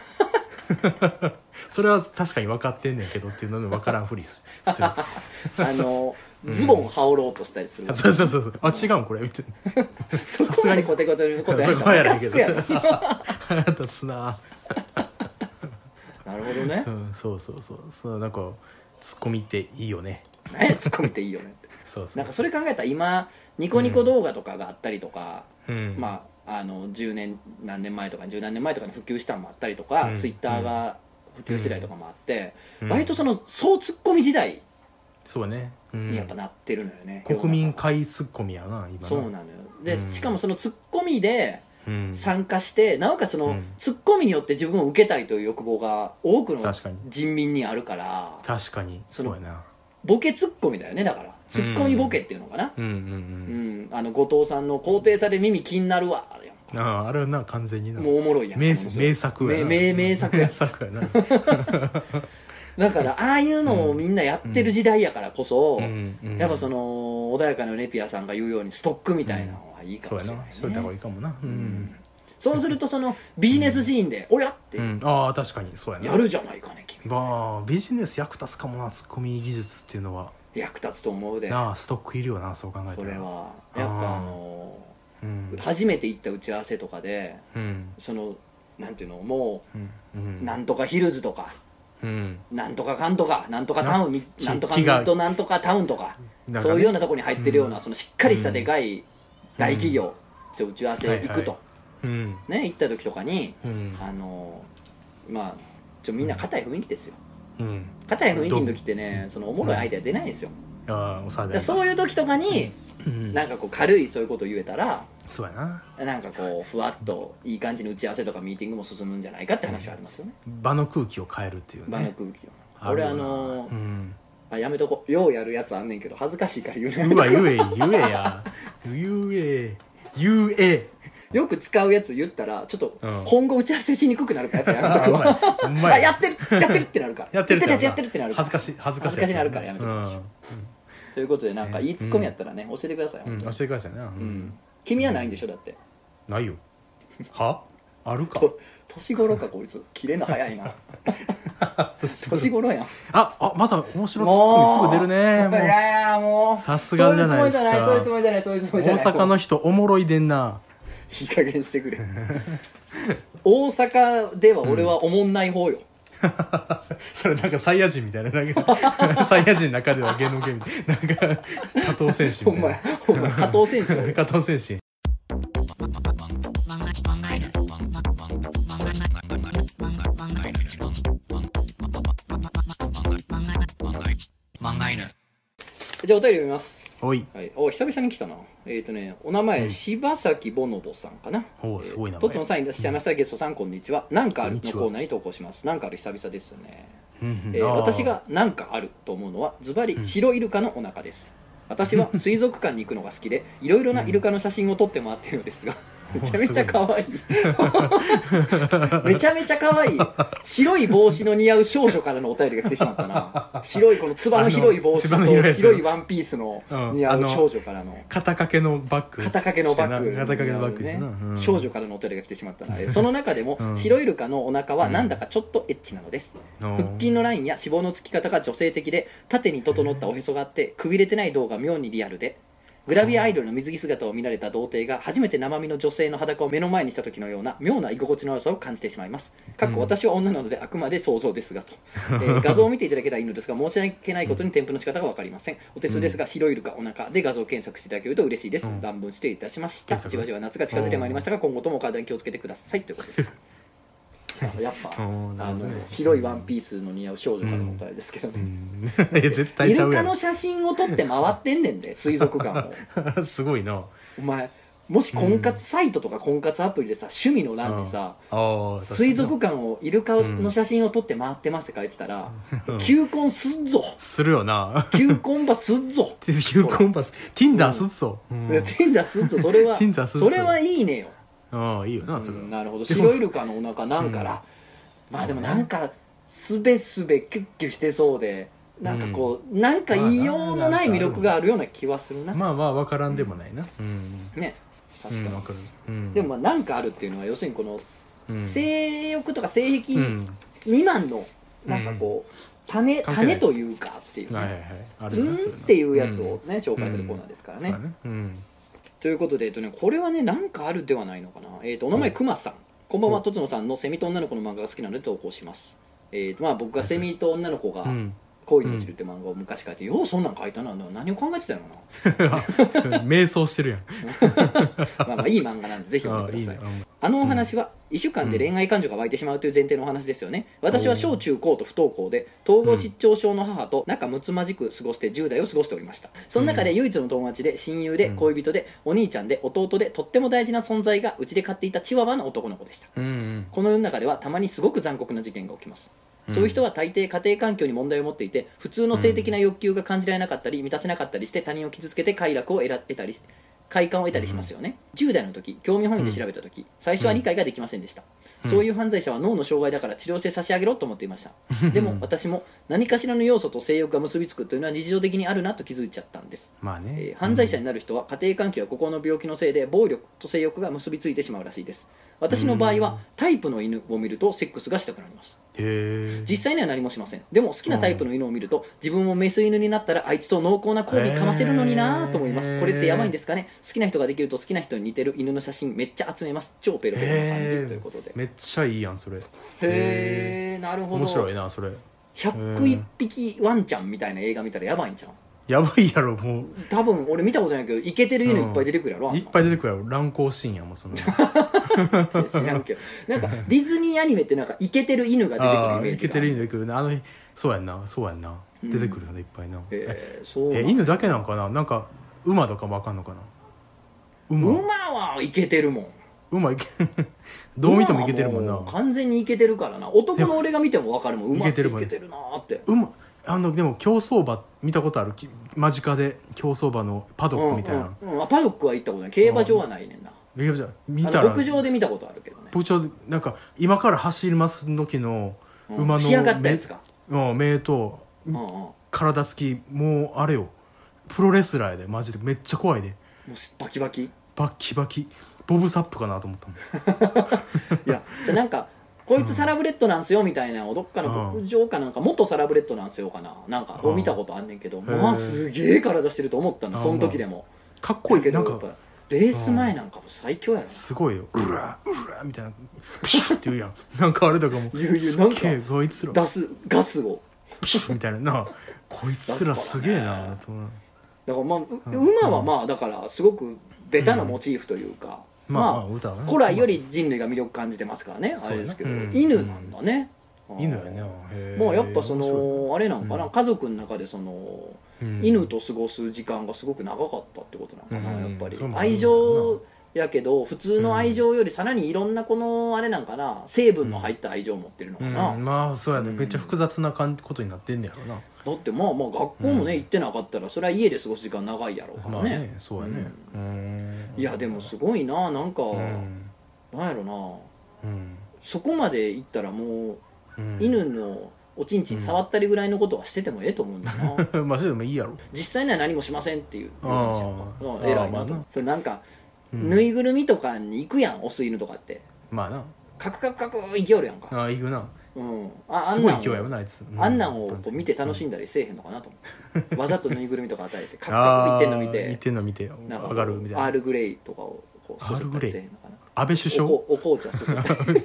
Speaker 2: それは確かに分かってんねんけどっていうので分からんふりすする
Speaker 1: あのズボン羽織ろうとしたりする
Speaker 2: あそうそうそうそうあ違うんこれみたいな
Speaker 1: そこまでコテコテのことやる
Speaker 2: そ
Speaker 1: か
Speaker 2: こは
Speaker 1: らムカ
Speaker 2: やらんけ
Speaker 1: つ
Speaker 2: ど
Speaker 1: くやろ
Speaker 2: 腹立つな
Speaker 1: なるほどね
Speaker 2: うんそうそうそうそうなんかツッコミっていいよね
Speaker 1: 何やツッコミっていいよねって
Speaker 2: そうそう
Speaker 1: なんかそれ考えたら今ニコニコ動画とかがあったりとか、
Speaker 2: うん
Speaker 1: まああの10年何年前とか10何年前とかに普及したのもあったりとか、
Speaker 2: うん
Speaker 1: ツイッターが普及してたりとかもあって、
Speaker 2: うん
Speaker 1: 割とその総ツッコミ時代
Speaker 2: そうね、うん
Speaker 1: にやっぱなってるのよね、
Speaker 2: 国民会ツッコミやな今な
Speaker 1: そうなのよで、
Speaker 2: うん
Speaker 1: しかもそのツッコミで
Speaker 2: うん
Speaker 1: 参加してなおかつその、
Speaker 2: うん
Speaker 1: ツッコミによって自分を受けたいという欲望が多くの
Speaker 2: 確かに
Speaker 1: 人民にあるから
Speaker 2: 確かに
Speaker 1: そ
Speaker 2: そ
Speaker 1: の
Speaker 2: うやな
Speaker 1: ボケツッコミだよねだからツッコミボケっていうのかな、
Speaker 2: うんう
Speaker 1: うんんあの後藤さんの肯定さで耳気になるわあれやん
Speaker 2: うんあああれはな完全にな
Speaker 1: もうおもろいやんも
Speaker 2: 名
Speaker 1: うそれ
Speaker 2: 名作やな
Speaker 1: 名名名作や
Speaker 2: 名作やな
Speaker 1: だからああいうのをみんなやってる時代やからこそ、
Speaker 2: うんうん
Speaker 1: やっぱその穏やかなネピアさんが言うようにストックみたいなのがいいか
Speaker 2: そう
Speaker 1: も
Speaker 2: や
Speaker 1: しれない、
Speaker 2: な
Speaker 1: ね
Speaker 2: しといた方がいいかもなう
Speaker 1: うん
Speaker 2: ん、
Speaker 1: そうするとそのビジネスシーンで「おや!」って
Speaker 2: うんああ確かにそうやな
Speaker 1: やるじゃないかね君
Speaker 2: まあビジネス役立つかもなツッコミ技術っていうのは
Speaker 1: 役立つと思うで
Speaker 2: なあストックいるよなそう考えたら
Speaker 1: それはやっぱあの
Speaker 2: うん
Speaker 1: 初めて行った打ち合わせとかで
Speaker 2: うん
Speaker 1: そのなんていうのも
Speaker 2: うんう
Speaker 1: うんなんとかヒルズとか
Speaker 2: うん
Speaker 1: なんとかかんとかなんとかタウンみ
Speaker 2: き
Speaker 1: なんとかミ
Speaker 2: 気が
Speaker 1: ッドなんとかタウンとか
Speaker 2: なんか
Speaker 1: そう
Speaker 2: ね
Speaker 1: いうようなところに入ってるような、
Speaker 2: うん
Speaker 1: そのしっかりしたでかい大企業、じゃあ打ち合わせ行くと、
Speaker 2: うん
Speaker 1: ね行った時とかに
Speaker 2: うん
Speaker 1: あのまあちょみんな硬い雰囲気ですよ
Speaker 2: うん
Speaker 1: 硬い雰囲気の時ってねそのおもろいアイデア出ないんですよ
Speaker 2: ああおさ
Speaker 1: だからそういう時とかに
Speaker 2: うん
Speaker 1: なんかこう軽いそういうこと言えたら
Speaker 2: そうやな
Speaker 1: なんかこうふわっといい感じの打ち合わせとかミーティングも進むんじゃないかって話はありますよね
Speaker 2: 場の空気を変えるっていうね
Speaker 1: 場の空気を
Speaker 2: る
Speaker 1: 俺
Speaker 2: よ
Speaker 1: あ
Speaker 2: な
Speaker 1: の
Speaker 2: うん
Speaker 1: あやめとこようやるやつあんねんけど恥ずかしいから言うね
Speaker 2: うわ言え言えや言え言え
Speaker 1: よく使うやつ言ったらちょっと
Speaker 2: うん
Speaker 1: 今後打ち合わせしにくくなるからやっぱやめと
Speaker 2: あ
Speaker 1: く
Speaker 2: う
Speaker 1: わ
Speaker 2: まいうまい
Speaker 1: あやってるやってるってなるから
Speaker 2: やって
Speaker 1: 言
Speaker 2: る
Speaker 1: ってたやつやってるってなるから
Speaker 2: 恥ずかしい恥ずかし
Speaker 1: 恥
Speaker 2: い
Speaker 1: ずかしなるからやめときましょうということでなんかいいツッコミやったらね教えてください
Speaker 2: うん
Speaker 1: 本
Speaker 2: うん
Speaker 1: 当
Speaker 2: 教え
Speaker 1: に
Speaker 2: てくださいなう
Speaker 1: うん君はないんでしょだって
Speaker 2: ないよはあるか
Speaker 1: と年頃かこいつ切れな早いな 年頃やん
Speaker 2: ああまた面白いツッコミすぐ出るねも
Speaker 1: いやいやもう
Speaker 2: さすがじゃないですか
Speaker 1: そういうつもりじゃないそういうつもりじゃないそういう
Speaker 2: う大
Speaker 1: つもりじゃない
Speaker 2: 阪の人おもろいでんな
Speaker 1: こういい加減してくれ大阪では俺はおもんない方よ、
Speaker 2: それなんかサイヤ人みたいなな んかサイヤ人の中では芸能芸みたいななんか加藤選手
Speaker 1: ほん
Speaker 2: み
Speaker 1: ま
Speaker 2: た
Speaker 1: や
Speaker 2: い
Speaker 1: ほんまや加藤選手
Speaker 2: な
Speaker 1: 俺
Speaker 2: 加藤選手
Speaker 1: じゃあお便り読みます
Speaker 2: おい
Speaker 1: はい、お久々に来たなえっ、とねお名前、柴崎ボノボさんかな
Speaker 2: おうすごい名前
Speaker 1: とつのさんいらっしゃいました、ゲストさんこんにちはなんかあるの
Speaker 2: こんにちは
Speaker 1: コーナーに投稿しますなんかある久々ですね
Speaker 2: うんうん
Speaker 1: えー
Speaker 2: あー
Speaker 1: 私が何かあると思うのはズバリ白イルカのお腹です、私は水族館に行くのが好きでいろいろなイルカの写真を撮って回ってるのですがめちゃめちゃ可愛いめちゃめちゃ可愛い白い帽子の似合う少女からのお便りが来てしまったな白いこのつばの広い帽子
Speaker 2: あのつばの広い
Speaker 1: と
Speaker 2: やつ
Speaker 1: 白いワンピースの
Speaker 2: うん
Speaker 1: 似合
Speaker 2: あ
Speaker 1: う
Speaker 2: の
Speaker 1: 少女からの
Speaker 2: 肩掛けのバッグ
Speaker 1: 肩掛けのバッグ
Speaker 2: 肩掛けのバッグ
Speaker 1: ね
Speaker 2: ね、うん
Speaker 1: 少女からのお便りが来てしま ったのでその中でも
Speaker 2: うん
Speaker 1: 白イルカのお腹はなんだかちょっとエッチなのです、
Speaker 2: の
Speaker 1: 腹筋のラインや脂肪のつき方が女性的で縦に整ったおへそがあってくびれてない胴が妙にリアルでグラビアアイドルの水着姿を見られた童貞が初めて生身の女性の裸を目の前にした時のような妙な居心地の悪さを感じてしまいます。かっこ
Speaker 2: うん
Speaker 1: 私は女なのであくまで想像ですがと、え ー画像を見ていただけたらいいのですが申し訳ないことに添付の仕方が分かりません。お手数ですが、白イルカお腹で画像検索していただけると嬉しいです。
Speaker 2: うん
Speaker 1: 乱文していたしました。
Speaker 2: 検索
Speaker 1: じわじわ夏が近づいてまいりましたが今後ともお体に気をつけてくださいということ です。あやっぱ、
Speaker 2: うんな
Speaker 1: あ
Speaker 2: るほど
Speaker 1: の
Speaker 2: ね
Speaker 1: 白いワンピースの似合う少女かと思ったらあれですけどね。
Speaker 2: うん、 いや絶対
Speaker 1: イ
Speaker 2: ちゃ
Speaker 1: ル
Speaker 2: うや
Speaker 1: カ
Speaker 2: ん
Speaker 1: の写真を撮って回ってんねんで水族 館を
Speaker 2: すごいな
Speaker 1: お前もし婚活サイトとか婚活アプリでさ趣味の欄にさ
Speaker 2: あー
Speaker 1: 水族館をイルカを
Speaker 2: うん
Speaker 1: の写真を撮って回ってますって書いてたら
Speaker 2: 確かになうん
Speaker 1: 求婚すっぞ
Speaker 2: するよな
Speaker 1: 求婚ばすっぞ
Speaker 2: Q コンパス Tinder すっぞ、うん
Speaker 1: Tinder すっぞそれは
Speaker 2: Tinder すっぞ
Speaker 1: それはいいねよ
Speaker 2: ああいいよなそれ
Speaker 1: う
Speaker 2: は、
Speaker 1: んなるほど白イルカのお腹なんから、まあでもなんかすべすべキュッキュしてそうでなんかこう、なんか言いようのない魅力があるような気はするな、
Speaker 2: まあまあ分からんでもないなうん、
Speaker 1: ね確か
Speaker 2: う
Speaker 1: に、
Speaker 2: ん、分かる、うん、
Speaker 1: でもまあなんかあるっていうのは要するにこの
Speaker 2: うん
Speaker 1: 性欲とか性癖
Speaker 2: うん
Speaker 1: 未満のなんかこう種
Speaker 2: 関係な
Speaker 1: 種
Speaker 2: い
Speaker 1: というかっていう
Speaker 2: はいはい
Speaker 1: ね
Speaker 2: はいあ
Speaker 1: う
Speaker 2: る
Speaker 1: ん
Speaker 2: なそれ
Speaker 1: っ
Speaker 2: な
Speaker 1: ていうやつをね紹介するコーナーですから
Speaker 2: そう
Speaker 1: ね
Speaker 2: だ。ねうん
Speaker 1: ということで、えっとね、これはねなんかあるではないのかな、えっとお名前
Speaker 2: うん
Speaker 1: くまさんこんばん
Speaker 2: う
Speaker 1: は
Speaker 2: ん
Speaker 1: とつのさんの「セミと女の子」の漫画が好きなので投稿します。えーとまあ、僕がセミと女の子が
Speaker 2: うん
Speaker 1: 恋に落ちるって漫画を昔書いて、ようそんなん書いたなな何を考えてたのか
Speaker 2: 瞑想してるやん。
Speaker 1: なまあまあいい漫画なんでぜひ読んでください
Speaker 2: ああいいね
Speaker 1: あのお話は1週間で恋愛感情が湧いてしまうという前提のお話ですよね私は小中高と不登校で統合失調症の母と仲睦まじく過ごして10代を過ごしておりましたその中で唯一の友達で親友で
Speaker 2: うん
Speaker 1: 恋人でお兄ちゃんで弟でとっても大事な存在がうちで飼っていたチワワの男の子でした
Speaker 2: うんうん
Speaker 1: この世の中ではたまにすごく残酷な事件が起きます
Speaker 2: うん
Speaker 1: そういう人は大抵家庭環境に問題を持っていて普通の性的な欲求が感じられなかったり満たせなかったりして他人を傷つけて快楽を得ら得たり快感を得たりしますよね、10代の時興味本位で調べた時、最初は理解ができませんでした、
Speaker 2: うん
Speaker 1: そういう犯罪者は脳の障害だから治療して差し上げろと思っていましたでも私も何かしらの要素と性欲が結びつくというのは日常的にあるなと気づいちゃったんです
Speaker 2: まあね、
Speaker 1: えー犯罪者になる人は家庭環境や心の病気のせいで暴力と性欲が結びついてしまうらしいです私の場合
Speaker 2: うん
Speaker 1: はタイプの犬を見るとセックスがしたくなります
Speaker 2: へえ
Speaker 1: 実際には何もしませんでも好きなタイプの犬を見ると自分もメス犬になったらあいつと濃厚な交尾かませるのになぁと思いま
Speaker 2: へ
Speaker 1: す
Speaker 2: ー
Speaker 1: これってやばいんですかね好きな人ができると好きな人に似てる犬の写真めっちゃ集めます超ペロペロな感じということでへ
Speaker 2: めっちゃいいやんそれ
Speaker 1: えなるほ
Speaker 2: 面白
Speaker 1: ど
Speaker 2: いなそれ
Speaker 1: 101匹ワンちゃんみたいな映画見たらやばいんじゃん
Speaker 2: やばいやろもう
Speaker 1: 多分俺見たことないけどイケてる犬いっぱい出てくるやろ、あんない
Speaker 2: っぱい出てくるやろ乱行シーンやもんその
Speaker 1: いや知らんけどなんかディズニーアニメってなんかイケてる犬が出てくるイ
Speaker 2: ああ
Speaker 1: メー
Speaker 2: い
Speaker 1: ジ
Speaker 2: け
Speaker 1: が
Speaker 2: てる犬出てくるなあのそうやんなそうやんな出てくるよねいっぱいなえ
Speaker 1: えーそうな
Speaker 2: え
Speaker 1: ん
Speaker 2: 犬だけなんかななんか馬とかもあかんのかな
Speaker 1: 馬
Speaker 2: 馬
Speaker 1: はイケてるもん
Speaker 2: 馬いけ どう見てもいけてるもん
Speaker 1: 馬
Speaker 2: な
Speaker 1: はう完全にイケてるからな男の俺が見ても分かるもん
Speaker 2: も
Speaker 1: 馬って
Speaker 2: イケてる
Speaker 1: イ
Speaker 2: もん
Speaker 1: ケてるなーって
Speaker 2: 馬あのでも競走馬見たことあるき間近で競走馬のパドックみたいな、
Speaker 1: うんうんうんあパドックは行ったことない競馬場はないねんな
Speaker 2: めちゃめちゃ見
Speaker 1: あ
Speaker 2: た
Speaker 1: の
Speaker 2: ら
Speaker 1: 牧場で見たことあるけどね、
Speaker 2: 牧場でなんか今から走りますの時の
Speaker 1: うん
Speaker 2: 馬の
Speaker 1: 仕上がったやつか、
Speaker 2: うん目と
Speaker 1: うんうん、も
Speaker 2: 体つきもうあれよプロレスラーやでマジでめっちゃ怖いで
Speaker 1: うすバキバキい
Speaker 2: バッキバキボブサップかなと思ったもん
Speaker 1: やじゃあなんかこいつサラブレッドなんすよみたいなのをどっかの牧場かなんか元サラブレッドなんすよかななんかを見たことあんねんけど
Speaker 2: ん
Speaker 1: まあすげえ体してると思ったの
Speaker 2: あ
Speaker 1: その時でも
Speaker 2: かっこ
Speaker 1: だ
Speaker 2: い
Speaker 1: け
Speaker 2: いな
Speaker 1: ど
Speaker 2: ん
Speaker 1: やっ
Speaker 2: か
Speaker 1: ぱレース前なんかも最強やろ
Speaker 2: すごいようらうらみたいなプシュって 言うやんなんかあれとかも
Speaker 1: 言う言う
Speaker 2: す
Speaker 1: なん
Speaker 2: っ
Speaker 1: か
Speaker 2: げえこいつら
Speaker 1: 出すガスを
Speaker 2: プシュみたいななこいつらすげえなと思う
Speaker 1: だからまあう
Speaker 2: うん
Speaker 1: 馬はまあだからすごくベタなモチーフというか、
Speaker 2: まあ、ま
Speaker 1: ま
Speaker 2: あ、歌は
Speaker 1: あ
Speaker 2: ね
Speaker 1: 古来より人類が魅力感じてますからねあ
Speaker 2: そうやな
Speaker 1: れですけど、
Speaker 2: うん
Speaker 1: 犬なんだね、あー
Speaker 2: 犬やねへー
Speaker 1: まあやっぱそ
Speaker 2: 面白
Speaker 1: のあれなんかな、
Speaker 2: うん
Speaker 1: 家族の中でその、
Speaker 2: いうん
Speaker 1: 犬と過ごす時間がすごく長かったってことなのかな、
Speaker 2: うん
Speaker 1: やっぱり
Speaker 2: そうもあるん
Speaker 1: 愛
Speaker 2: だろうな
Speaker 1: 情やけど普通の愛情よりさらにいろんなこのあれなんかな成分の入った愛情を持ってるのか
Speaker 2: うん
Speaker 1: な、
Speaker 2: まあそうやね、
Speaker 1: うん
Speaker 2: めっちゃ複雑なかんことになってんねやろな
Speaker 1: だってまあまあ学校もね、
Speaker 2: うん
Speaker 1: 行ってなかったらそれは家で過ごす時間長いやろうか
Speaker 2: ま
Speaker 1: ら
Speaker 2: あ
Speaker 1: ね,、
Speaker 2: ねそうやね、うん
Speaker 1: いやでもすごいななんか、
Speaker 2: うん
Speaker 1: なんやろな
Speaker 2: うん
Speaker 1: そこまで行ったらもう、
Speaker 2: うん
Speaker 1: 犬のおちんちん触ったりぐらいのことはしててもええと思うんだよな、
Speaker 2: まあそれでもいいやろ、
Speaker 1: 実際には何もしませんっていう話やんか
Speaker 2: あ
Speaker 1: だ
Speaker 2: ー
Speaker 1: から偉い
Speaker 2: あ
Speaker 1: な
Speaker 2: ー
Speaker 1: と
Speaker 2: まあな
Speaker 1: それなんか、
Speaker 2: うん
Speaker 1: ぬいぐるみとかに行くやんオス犬とかって
Speaker 2: まあな
Speaker 1: カクカクカク行きよるやんか
Speaker 2: ああ行くな
Speaker 1: うん、ああ
Speaker 2: す
Speaker 1: ん
Speaker 2: ごい
Speaker 1: なん
Speaker 2: 勢いや
Speaker 1: を
Speaker 2: なあいつ、
Speaker 1: あんなんをこう見て楽し
Speaker 2: ん
Speaker 1: んだりせえへんのかなと思ってわざとぬいぐるみとか与えてか
Speaker 2: で
Speaker 1: っこいいってんの見
Speaker 2: 見
Speaker 1: て
Speaker 2: てんの見て
Speaker 1: なんか
Speaker 2: 上がるみたいな
Speaker 1: アールグレイとかをこうすすったりせえへんのかな
Speaker 2: 安倍首相
Speaker 1: おこお紅茶すすったり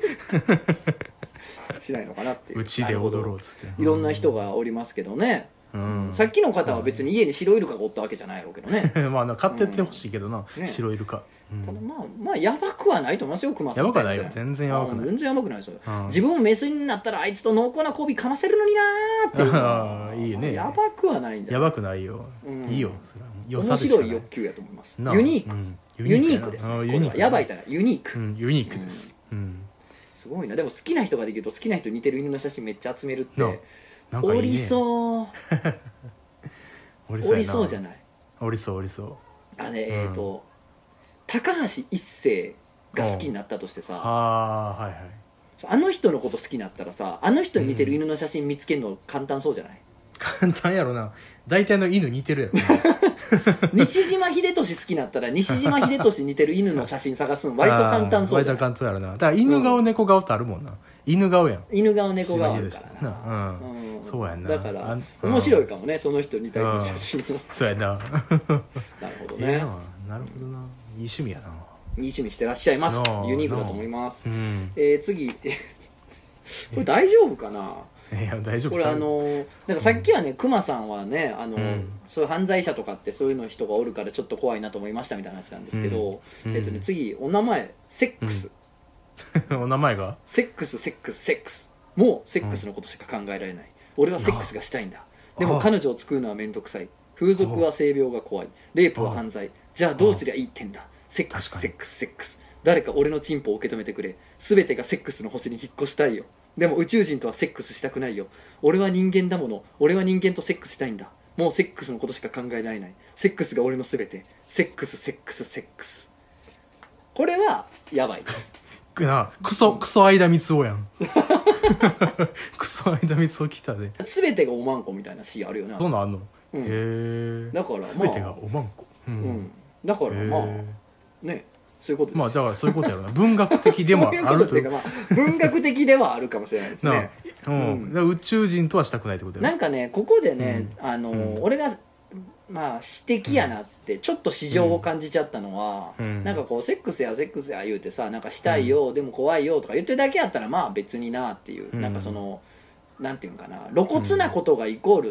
Speaker 1: しないのかなっていう
Speaker 2: うちで踊ろうっつって
Speaker 1: いろんな人、がおりますけどね、
Speaker 2: うん
Speaker 1: さっきの方は別に家に白イルカがおったわけじゃないやろうけどね
Speaker 2: まあな買ってってほしいけどな、
Speaker 1: うんね
Speaker 2: 白イルカ、うん
Speaker 1: ただまあまあやばくはないと思いますよ熊さん
Speaker 2: やばくはないよ全然やばく
Speaker 1: うん
Speaker 2: ない、
Speaker 1: 全然やばくないですよ
Speaker 2: うん
Speaker 1: 自分もメスになったらあいつと濃厚な交尾かませるのになーっていうのは
Speaker 2: あーいいね
Speaker 1: やばくはないんじゃ
Speaker 2: や
Speaker 1: ない
Speaker 2: ばくないよ、
Speaker 1: うん
Speaker 2: いいよそれは良さ
Speaker 1: 面
Speaker 2: でしか
Speaker 1: 白
Speaker 2: ない
Speaker 1: 欲求やと思います
Speaker 2: なあ
Speaker 1: ユニーク、
Speaker 2: うん
Speaker 1: ユニークです、ね、
Speaker 2: うん
Speaker 1: こ
Speaker 2: ユ
Speaker 1: れ
Speaker 2: ニー
Speaker 1: は
Speaker 2: ク
Speaker 1: やばいじゃないユニーク、
Speaker 2: うんユニークです、うん
Speaker 1: すごいなでも好きな人ができると好きな人に似てる犬の写真めっちゃ集めるって、
Speaker 2: なあなんかいいね
Speaker 1: おりそう
Speaker 2: おり
Speaker 1: おりそうじゃ
Speaker 2: ない
Speaker 1: ない
Speaker 2: おりそうおりそう
Speaker 1: あれ、
Speaker 2: うん
Speaker 1: えっ、と高橋一生が好きになったとしてさ、
Speaker 2: ああはいはい
Speaker 1: あの人のこと好きになったらさあの人に似てる犬の写真見つけるの簡単そうじゃない、
Speaker 2: 簡単やろな大体の犬似てるやろ
Speaker 1: 西島秀俊好きになったら西島秀俊似てる犬の写真探すの割と簡単そう
Speaker 2: 割
Speaker 1: じゃ
Speaker 2: と
Speaker 1: ない
Speaker 2: 簡単やろなだから犬顔、
Speaker 1: う
Speaker 2: 猫顔ってあるもんな犬顔やん
Speaker 1: 犬顔猫顔あるから
Speaker 2: 西島秀
Speaker 1: な
Speaker 2: 俊なう
Speaker 1: うん
Speaker 2: そうやんな
Speaker 1: だから
Speaker 2: あんうん
Speaker 1: 面白いかもねその人似た犬の写真 を
Speaker 2: そうやな
Speaker 1: なるほど
Speaker 2: ええ
Speaker 1: ね
Speaker 2: ななるほどないい趣味やない
Speaker 1: い趣味してらっしゃいます
Speaker 2: なあ
Speaker 1: ユニークだと思います
Speaker 2: うん
Speaker 1: えー、次これ大丈夫かない
Speaker 2: や大丈夫
Speaker 1: これ
Speaker 2: ちゃ
Speaker 1: あ
Speaker 2: う
Speaker 1: のーなんかさっきはねクマさんはねあのー、
Speaker 2: うん
Speaker 1: そういう犯罪者とかってそういうの人がおるからちょっと怖いなと思いましたみたいな話なんですけど、
Speaker 2: うん
Speaker 1: えっとね、次お名前セックス、
Speaker 2: お名前が
Speaker 1: セックスセックスセックスもうセックスのことしか考えられない、俺はセックスがしたいんだでも
Speaker 2: あ
Speaker 1: 彼女を作るのは面倒くさい風俗は性病が怖いレイプは犯罪じゃあどうすりゃいいってんだセックス
Speaker 2: 確かに
Speaker 1: セックスセックス誰か俺のチンポを受け止めてくれ全てがセックスの星に引っ越したいよでも宇宙人とはセックスしたくないよ俺は人間だもの俺は人間とセックスしたいんだもうセックスのことしか考えられないセックスが俺の全てセックスセックスセックスこれはやばいです
Speaker 2: くなクソクソ間光雄 やんクソ間光雄来たで
Speaker 1: 全てがおまんこみたいなシーンあるよね
Speaker 2: そんなんあんの、
Speaker 1: うん
Speaker 2: へえ
Speaker 1: だからまあ
Speaker 2: 全てがおまんこう
Speaker 1: うんん、だから
Speaker 2: へえ
Speaker 1: まあねそういうことです
Speaker 2: まあだ
Speaker 1: ゃ
Speaker 2: からそういうことやろな文学的でもあ
Speaker 1: そういうこ
Speaker 2: る
Speaker 1: とって
Speaker 2: と
Speaker 1: いうか、まあ、文学的ではあるかもしれないです
Speaker 2: なあ、
Speaker 1: ね
Speaker 2: うん
Speaker 1: うん
Speaker 2: だから宇宙人とはしたくないってことや
Speaker 1: なんかねここでね、あのー
Speaker 2: うん
Speaker 1: 俺がまあ指摘やなってちょっと市場を感じちゃったのは、
Speaker 2: うん
Speaker 1: なんかこうセックスやセックスや言うてさなんかしたいよ、でも怖いよとか言ってるだけやったらまあ別になっていう、
Speaker 2: うん
Speaker 1: なんかそのなんていうんかな露骨なことがイコール、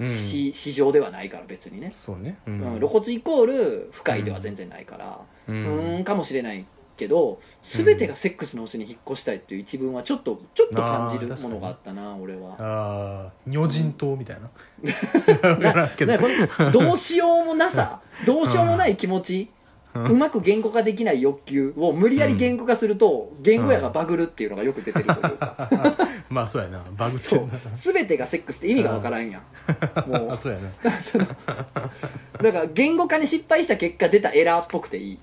Speaker 2: うん
Speaker 1: し市場ではないから別にね、
Speaker 2: そうねう
Speaker 1: うん、露骨イコール不快では全然ないから、
Speaker 2: う
Speaker 1: うんーんかもしれないけど全てがセックスの星に引っ越したいっていう一文はちょっとちょっと感じるものがあったな俺は
Speaker 2: ああ女人島みたいな、
Speaker 1: な
Speaker 2: なけど
Speaker 1: なこのどうしようもなさどうしようもない気持ち
Speaker 2: うん
Speaker 1: うまく言語化できない欲求を無理やり言語化すると言語やがバグるっていうのがよく出てるというか
Speaker 2: まあそうやなバグって
Speaker 1: そ
Speaker 2: る
Speaker 1: う全てがセックスって意味がわからんや ん
Speaker 2: な
Speaker 1: も
Speaker 2: あ
Speaker 1: う
Speaker 2: そうやな
Speaker 1: だから言語化に失敗した結果出たエラーっぽくていい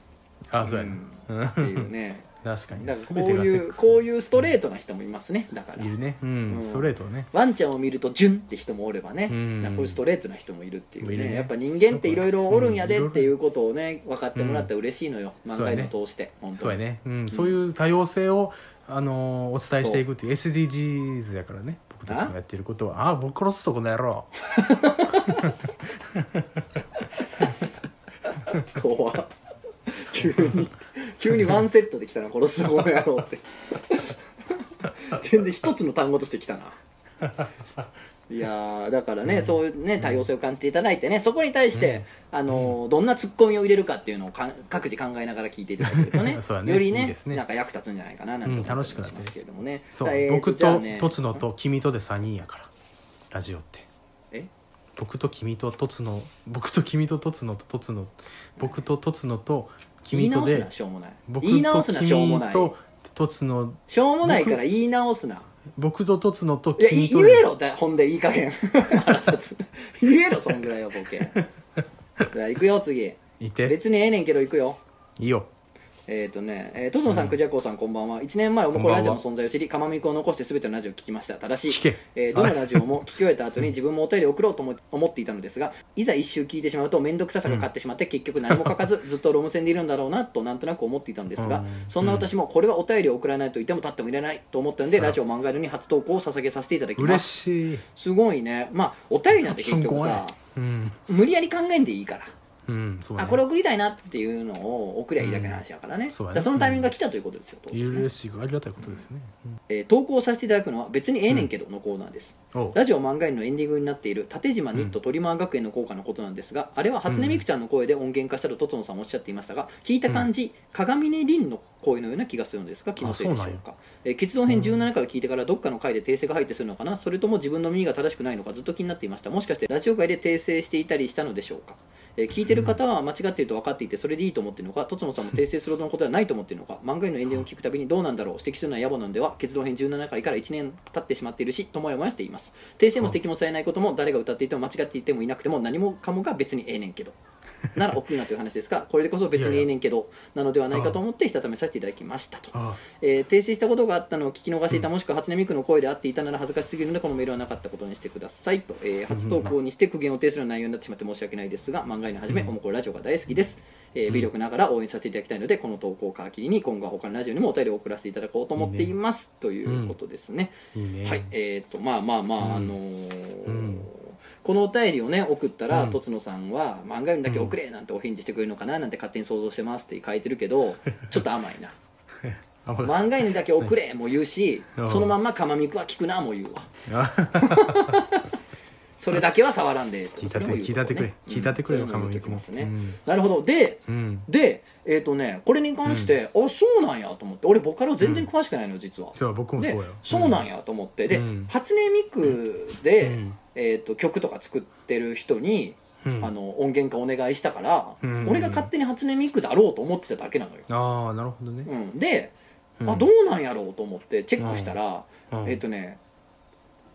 Speaker 2: あそうやな、うん
Speaker 1: っていうね
Speaker 2: 確かに
Speaker 1: だからこう
Speaker 2: 全てがセ
Speaker 1: い
Speaker 2: ッ
Speaker 1: う
Speaker 2: クス
Speaker 1: こういうストレートな人もいますねだから
Speaker 2: いるね、うん
Speaker 1: うん
Speaker 2: ストレートね
Speaker 1: ワンちゃんを見るとジュンって人もおればね、
Speaker 2: うん
Speaker 1: なんかこういうストレートな人もいるっていうね
Speaker 2: いるね
Speaker 1: やっぱ人間っていろいろおるんやでっていうことをね分かってもらったら嬉しいのよ、
Speaker 2: うん
Speaker 1: 漫画の通して、本当に
Speaker 2: そうやね、うんそういう多様性を、あのーお伝えしていくっていう SDGs やからね僕たちのやってることはああ僕殺すとこの野郎
Speaker 1: 怖っ急に急にワンセットできたな殺すごやろうって全然一つの単語としてきたないやーだからね、そういうね多様性を感じていただいてねそこに対して、あのーどんなツッコミを入れるかっていうのをかん各自考えながら聞いていただけるとね
Speaker 2: そうだね
Speaker 1: より
Speaker 2: いい
Speaker 1: ね
Speaker 2: ですね
Speaker 1: なんか役立つんじゃないかななんて
Speaker 2: う
Speaker 1: 思
Speaker 2: ん楽しく
Speaker 1: っ
Speaker 2: な
Speaker 1: た
Speaker 2: っ
Speaker 1: り
Speaker 2: て
Speaker 1: します
Speaker 2: ね
Speaker 1: けれどもね,
Speaker 2: そう、
Speaker 1: さあえー
Speaker 2: 僕
Speaker 1: じゃあ
Speaker 2: と
Speaker 1: ね
Speaker 2: とつのと君とで3人やからラジオって
Speaker 1: え
Speaker 2: 僕と君ととつの僕と君ととつのととつの僕ととつのと
Speaker 1: 言い
Speaker 2: 君と
Speaker 1: 直す
Speaker 2: で
Speaker 1: なしょうもない
Speaker 2: 僕
Speaker 1: 言い直
Speaker 2: と
Speaker 1: すなしょうも
Speaker 2: 君
Speaker 1: ない
Speaker 2: ととつの
Speaker 1: しょうもないから言い直すな
Speaker 2: 僕ととつのと
Speaker 1: いや、い
Speaker 2: 君と
Speaker 1: 言
Speaker 2: で
Speaker 1: えろだ、ほんで、いい加減。 腹立つ言えろ、そんぐらいは、ボケ。じゃあ、行くよ、次。
Speaker 2: いて
Speaker 1: 別にええねんけど、行くよ。
Speaker 2: いいよ
Speaker 1: えっ、とね、えー、とつのさん、くじゃこうさん、こんばんは。1年前、おもこラジオの存在を知り、かまみこを残してすべてのラジオを聞きました。ただし
Speaker 2: 聞け、
Speaker 1: えーどのラジオも聞き終えた後に自分もお便りを送ろうと思思っていたのですが、いざ一周聞いてしまうと、面倒くささが勝ってしまって、結局何も書かず、 ずっとロム線でいるんだろうなと、なんとなく思っていたのです
Speaker 2: う
Speaker 1: が
Speaker 2: ん、
Speaker 1: そんな私も、これはお便りを送らないといても立ってもいられないと思ったので、ラジオ漫画に初投稿を捧げさせていただきま
Speaker 2: 嬉
Speaker 1: す。
Speaker 2: しい、
Speaker 1: すごいね。まあ、お便りなんて結 局さ、
Speaker 2: うん
Speaker 1: 無理やり考えんでいいから。
Speaker 2: うん、そうだ
Speaker 1: あ
Speaker 2: ね
Speaker 1: これ送りたいなっていうのを送りゃいいだけの話やからね,、
Speaker 2: うんそうだ
Speaker 1: だ
Speaker 2: ね
Speaker 1: からそのタイミングが来たということですよ、当然ね
Speaker 2: 嬉しいありがたいことですね、うん
Speaker 1: えー投稿させていただくのは別にええねんけどのコーナーです、
Speaker 2: おう
Speaker 1: ラジオ漫画園のエンディングになっている縦島ニットトリマー学園の効果のことなんですがあれは初音ミクちゃんの声で音源化したととつのさんもおっしゃっていましたが聞いた感じ、鏡音凛の声のような気がするのですが気のせいでしょう
Speaker 2: あそう
Speaker 1: かえー結論編17回を聞いてからどっかの回で訂正が入ってするのかなそれとも自分の耳が正しくないのかずっと気になっていましたもしかしてラジオ界で訂正していたりしたのでしょうかえー聞いてる方は間違っていると分かっていてそれでいいと思っているのかとつのさんも訂正するほどのことはないと思っているのか漫画へのエンディングを聞くたびにどうなんだろう指摘するのは野暮なんでは結論編17回から1年経ってしまっているしともやもやしています訂正も指摘もされないことも誰が歌っていても間違っていてもいなくても何もかもが別にええねんけどなら送るなという話ですがこれでこそ別にええねんけどなのではないかと思ってしたためさせていただきましたと
Speaker 2: あ
Speaker 1: えー訂正したことがあったのを聞き逃していた、もしくは初音ミクの声であっていたなら恥ずかしすぎるのでこのメールはなかったことにしてくださいと、えー初投稿にして苦言を呈するような内容になってしまって申し訳ないですが漫画への始め、おもこラジオが大好きです、えー微力ながら応援させていただきたいのでこの投稿を皮切りに今後は他のラジオにもお便りを送らせていただこうと思っていますということですね、
Speaker 2: いいね、
Speaker 1: はいえー、とまあまあまあ、
Speaker 2: うん
Speaker 1: あのー
Speaker 2: うん
Speaker 1: このお便りをね送ったら、
Speaker 2: うん
Speaker 1: とつのさんは漫画読みだけ送れなんてお返事してくれるのかななんて勝手に想像してますって書いてるけ どちょっと甘いな
Speaker 2: あほら
Speaker 1: 漫画犬だけ送れも言うし、
Speaker 2: うん
Speaker 1: そのまんま釜ミクは聞くなも言うわ
Speaker 2: あ
Speaker 1: それだけは触らんで
Speaker 2: 聞いたって聞いたってくれ聞いたってくれよ
Speaker 1: か
Speaker 2: カ
Speaker 1: も
Speaker 2: モ
Speaker 1: 言
Speaker 2: ミ
Speaker 1: うと
Speaker 2: ク
Speaker 1: き
Speaker 2: も
Speaker 1: ますね、なるほどで
Speaker 2: うんうん
Speaker 1: でえっ、とねこれに関して、あそうなんやと思って俺ボカロ全然詳しくないのよ実は、
Speaker 2: じゃあ僕もそう
Speaker 1: で
Speaker 2: よ
Speaker 1: そうなんやと思って、で、
Speaker 2: うん
Speaker 1: 初音ミクで、
Speaker 2: うん
Speaker 1: えー、と曲とか作ってる人に、
Speaker 2: うん
Speaker 1: あの音源化お願いしたから、
Speaker 2: うん
Speaker 1: 俺が勝手に初音ミクだろうと思ってただけなのよ、
Speaker 2: ああなるほどね、
Speaker 1: うん、で、
Speaker 2: うん
Speaker 1: あどうなんやろうと思ってチェックしたら、
Speaker 2: うん
Speaker 1: えっ、とね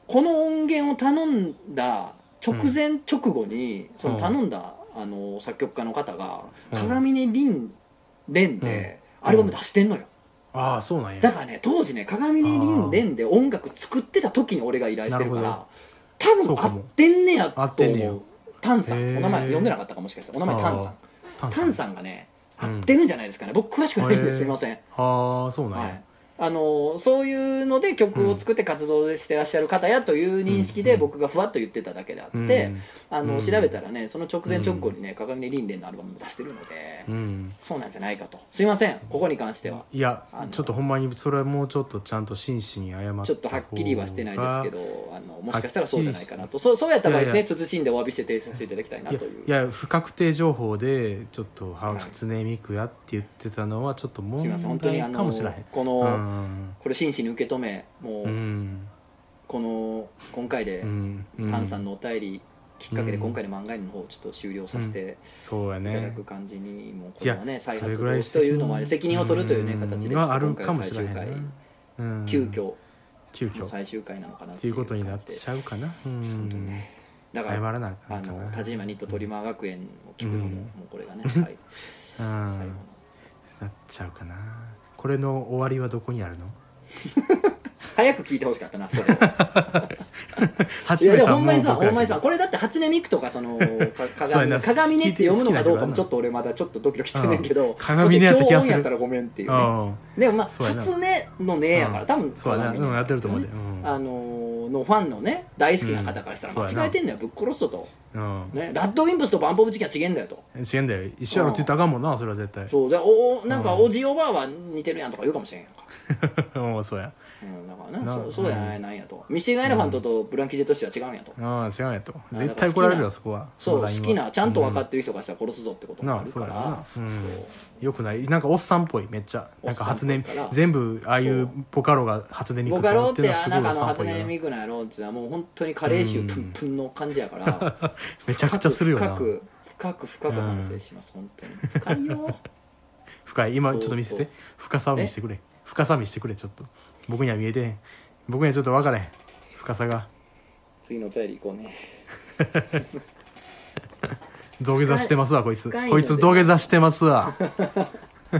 Speaker 1: この音源を頼んだ直前直後に、その頼んだ、あの作曲家の方が
Speaker 2: うん
Speaker 1: 鏡音凛蓮でアルバム出してんのよ、
Speaker 2: ああそうなんや
Speaker 1: だからね当時ね鏡音凛蓮で音楽作ってた時に俺が依頼してるか
Speaker 2: なる
Speaker 1: ら多
Speaker 2: そ
Speaker 1: 分
Speaker 2: う
Speaker 1: 合
Speaker 2: かも
Speaker 1: ってんねや
Speaker 2: 合っ
Speaker 1: と
Speaker 2: てんねや
Speaker 1: 思うタンさん
Speaker 2: へー
Speaker 1: お名前呼んでなかったかもしかしてお名前タンさん
Speaker 2: 炭
Speaker 1: タンさんがね
Speaker 2: うん
Speaker 1: 合ってるんじゃないですかね僕詳しくないんで
Speaker 2: へー
Speaker 1: すすいません
Speaker 2: ああそうなんや、
Speaker 1: はい、あのそういうので曲を作って活動してらっしゃる方やという認識で
Speaker 2: うん
Speaker 1: 僕がふわっと言ってただけであって、
Speaker 2: うん
Speaker 1: あの
Speaker 2: うん
Speaker 1: 調べたらねその直前直後にね鏡音凛蓮のアルバムも出してるので、
Speaker 2: うん
Speaker 1: そうなんじゃないかとすいませんここに関してはい
Speaker 2: や
Speaker 1: あの
Speaker 2: ちょっとほんまにそれはもうちょっとちゃんと真摯に謝って
Speaker 1: ちょっとはっきりはしてないですけどあのもしかしたらそうじゃないかな
Speaker 2: はっ
Speaker 1: とそうそうやった場合ね
Speaker 2: いやいや
Speaker 1: 慎んでお詫びして訂正させていただきたいない
Speaker 2: や
Speaker 1: という
Speaker 2: いや不確定情報でちょっとは
Speaker 1: はい
Speaker 2: 初音ミクやって言ってたのはちょっと問
Speaker 1: すいません本当にあ
Speaker 2: 題か
Speaker 1: の
Speaker 2: もしれへん
Speaker 1: こ
Speaker 2: う
Speaker 1: の、
Speaker 2: ん
Speaker 1: これ真摯に受け止めもう、
Speaker 2: うん
Speaker 1: この今回で、
Speaker 2: うんう
Speaker 1: タンさんのお便りきっかけで今回の漫画の方をちょっと終了させて、
Speaker 2: そうや
Speaker 1: いただ
Speaker 2: ね
Speaker 1: く感じに、もうこ
Speaker 2: い
Speaker 1: れ
Speaker 2: や
Speaker 1: はね再
Speaker 2: それ
Speaker 1: 発防
Speaker 2: ぐらい
Speaker 1: 止というのもあり責任を取るというね
Speaker 2: ん
Speaker 1: 形で
Speaker 2: はあるかも
Speaker 1: 最
Speaker 2: しれ
Speaker 1: 終
Speaker 2: へんな
Speaker 1: 回
Speaker 2: うん
Speaker 1: 急遽
Speaker 2: 急遽
Speaker 1: 最終回なのかなっ
Speaker 2: って
Speaker 1: て
Speaker 2: い
Speaker 1: いうう
Speaker 2: ことにな
Speaker 1: 感
Speaker 2: っ
Speaker 1: じで
Speaker 2: ちゃうかなうん
Speaker 1: 本当にねだ
Speaker 2: 謝
Speaker 1: から
Speaker 2: らなあか
Speaker 1: あ
Speaker 2: んか
Speaker 1: の
Speaker 2: な
Speaker 1: 田島ニットトリマー学園を聞くのも,、
Speaker 2: うん
Speaker 1: もうこれがね最最
Speaker 2: う
Speaker 1: 後の
Speaker 2: んなっちゃうかなこれの終わりはどこにあるの
Speaker 1: 早く聞いてほしかった なそれをい
Speaker 2: 初
Speaker 1: や
Speaker 2: め
Speaker 1: で
Speaker 2: て
Speaker 1: もほんまに
Speaker 2: 思
Speaker 1: さ
Speaker 2: う僕
Speaker 1: ほ
Speaker 2: ら
Speaker 1: んまにさこれだって初音ミクとかそ のか
Speaker 2: そ
Speaker 1: 鏡
Speaker 2: うやな
Speaker 1: 鏡ねって読むのかどうか
Speaker 2: 好き
Speaker 1: も
Speaker 2: な人がな
Speaker 1: ちょっと俺まだちょっとドキドキしてんねんけど
Speaker 2: 鏡ねやった気がす
Speaker 1: もし今日
Speaker 2: る
Speaker 1: 音やったらごめんっていう
Speaker 2: う
Speaker 1: ね
Speaker 2: ん
Speaker 1: でもまあ
Speaker 2: そうやな
Speaker 1: 初音のねやか
Speaker 2: う
Speaker 1: ら
Speaker 2: ん
Speaker 1: 多分
Speaker 2: そうやな
Speaker 1: 鏡ね
Speaker 2: うんやってると思うで
Speaker 1: あのーのファンのね大好きな方からしたら
Speaker 2: うん
Speaker 1: 間違えてんだよ、ぶっ殺すぞと、
Speaker 2: うんうん
Speaker 1: ね、ラッドウィンプスとバンポブチキンは違えんだよと
Speaker 2: 違うんだよ一緒やろって言ったらあかんもんなそれは絶対
Speaker 1: そうじゃあおおなんか
Speaker 2: うん
Speaker 1: おじいおばあは似てるやんとか言うかもしれんやんか、
Speaker 2: うんそうや
Speaker 1: うん、だからな
Speaker 2: な
Speaker 1: そうそうやない
Speaker 2: うん
Speaker 1: なんやとミシェガ・エレファントとブランキジェットシティは違うんやと、
Speaker 2: ああ違うんやと
Speaker 1: な
Speaker 2: 絶対怒られる
Speaker 1: だから好きな
Speaker 2: よそこは
Speaker 1: そう
Speaker 2: の
Speaker 1: 好
Speaker 2: ラインは
Speaker 1: きなちゃんと分かってる人からしたら殺すぞってこと
Speaker 2: うん
Speaker 1: もあ
Speaker 2: なあ
Speaker 1: る
Speaker 2: そ
Speaker 1: か
Speaker 2: う
Speaker 1: ら、
Speaker 2: やなうん
Speaker 1: そう
Speaker 2: よくないなんかおっさんっぽいめっちゃなんか初
Speaker 1: おっ
Speaker 2: 音
Speaker 1: さんっぽいから
Speaker 2: 全部ああい
Speaker 1: そう
Speaker 2: うボカロが初音ミク
Speaker 1: ボ
Speaker 2: って
Speaker 1: カロ
Speaker 2: 思
Speaker 1: っ
Speaker 2: って
Speaker 1: て
Speaker 2: るのはすご
Speaker 1: ないん
Speaker 2: お
Speaker 1: かあの
Speaker 2: っさんっ
Speaker 1: 初
Speaker 2: ぽいよ
Speaker 1: 音
Speaker 2: な
Speaker 1: ミクなんやろってのはもう本当に加齢臭
Speaker 2: うん
Speaker 1: プンプンの感じやから
Speaker 2: めちゃくちゃするよな
Speaker 1: 深く深く深く反省します、本当に深いよ
Speaker 2: 深い今
Speaker 1: そう
Speaker 2: ちょっと見せ
Speaker 1: そう
Speaker 2: て深さを見せてくれ深さ見せてくれちょっと僕には見えてへん僕にはちょっと分からへん深さが
Speaker 1: 次のお便り行こうね
Speaker 2: 土下座してますわこいつ
Speaker 1: 深いので
Speaker 2: こいつ土下座してますわ
Speaker 1: さあ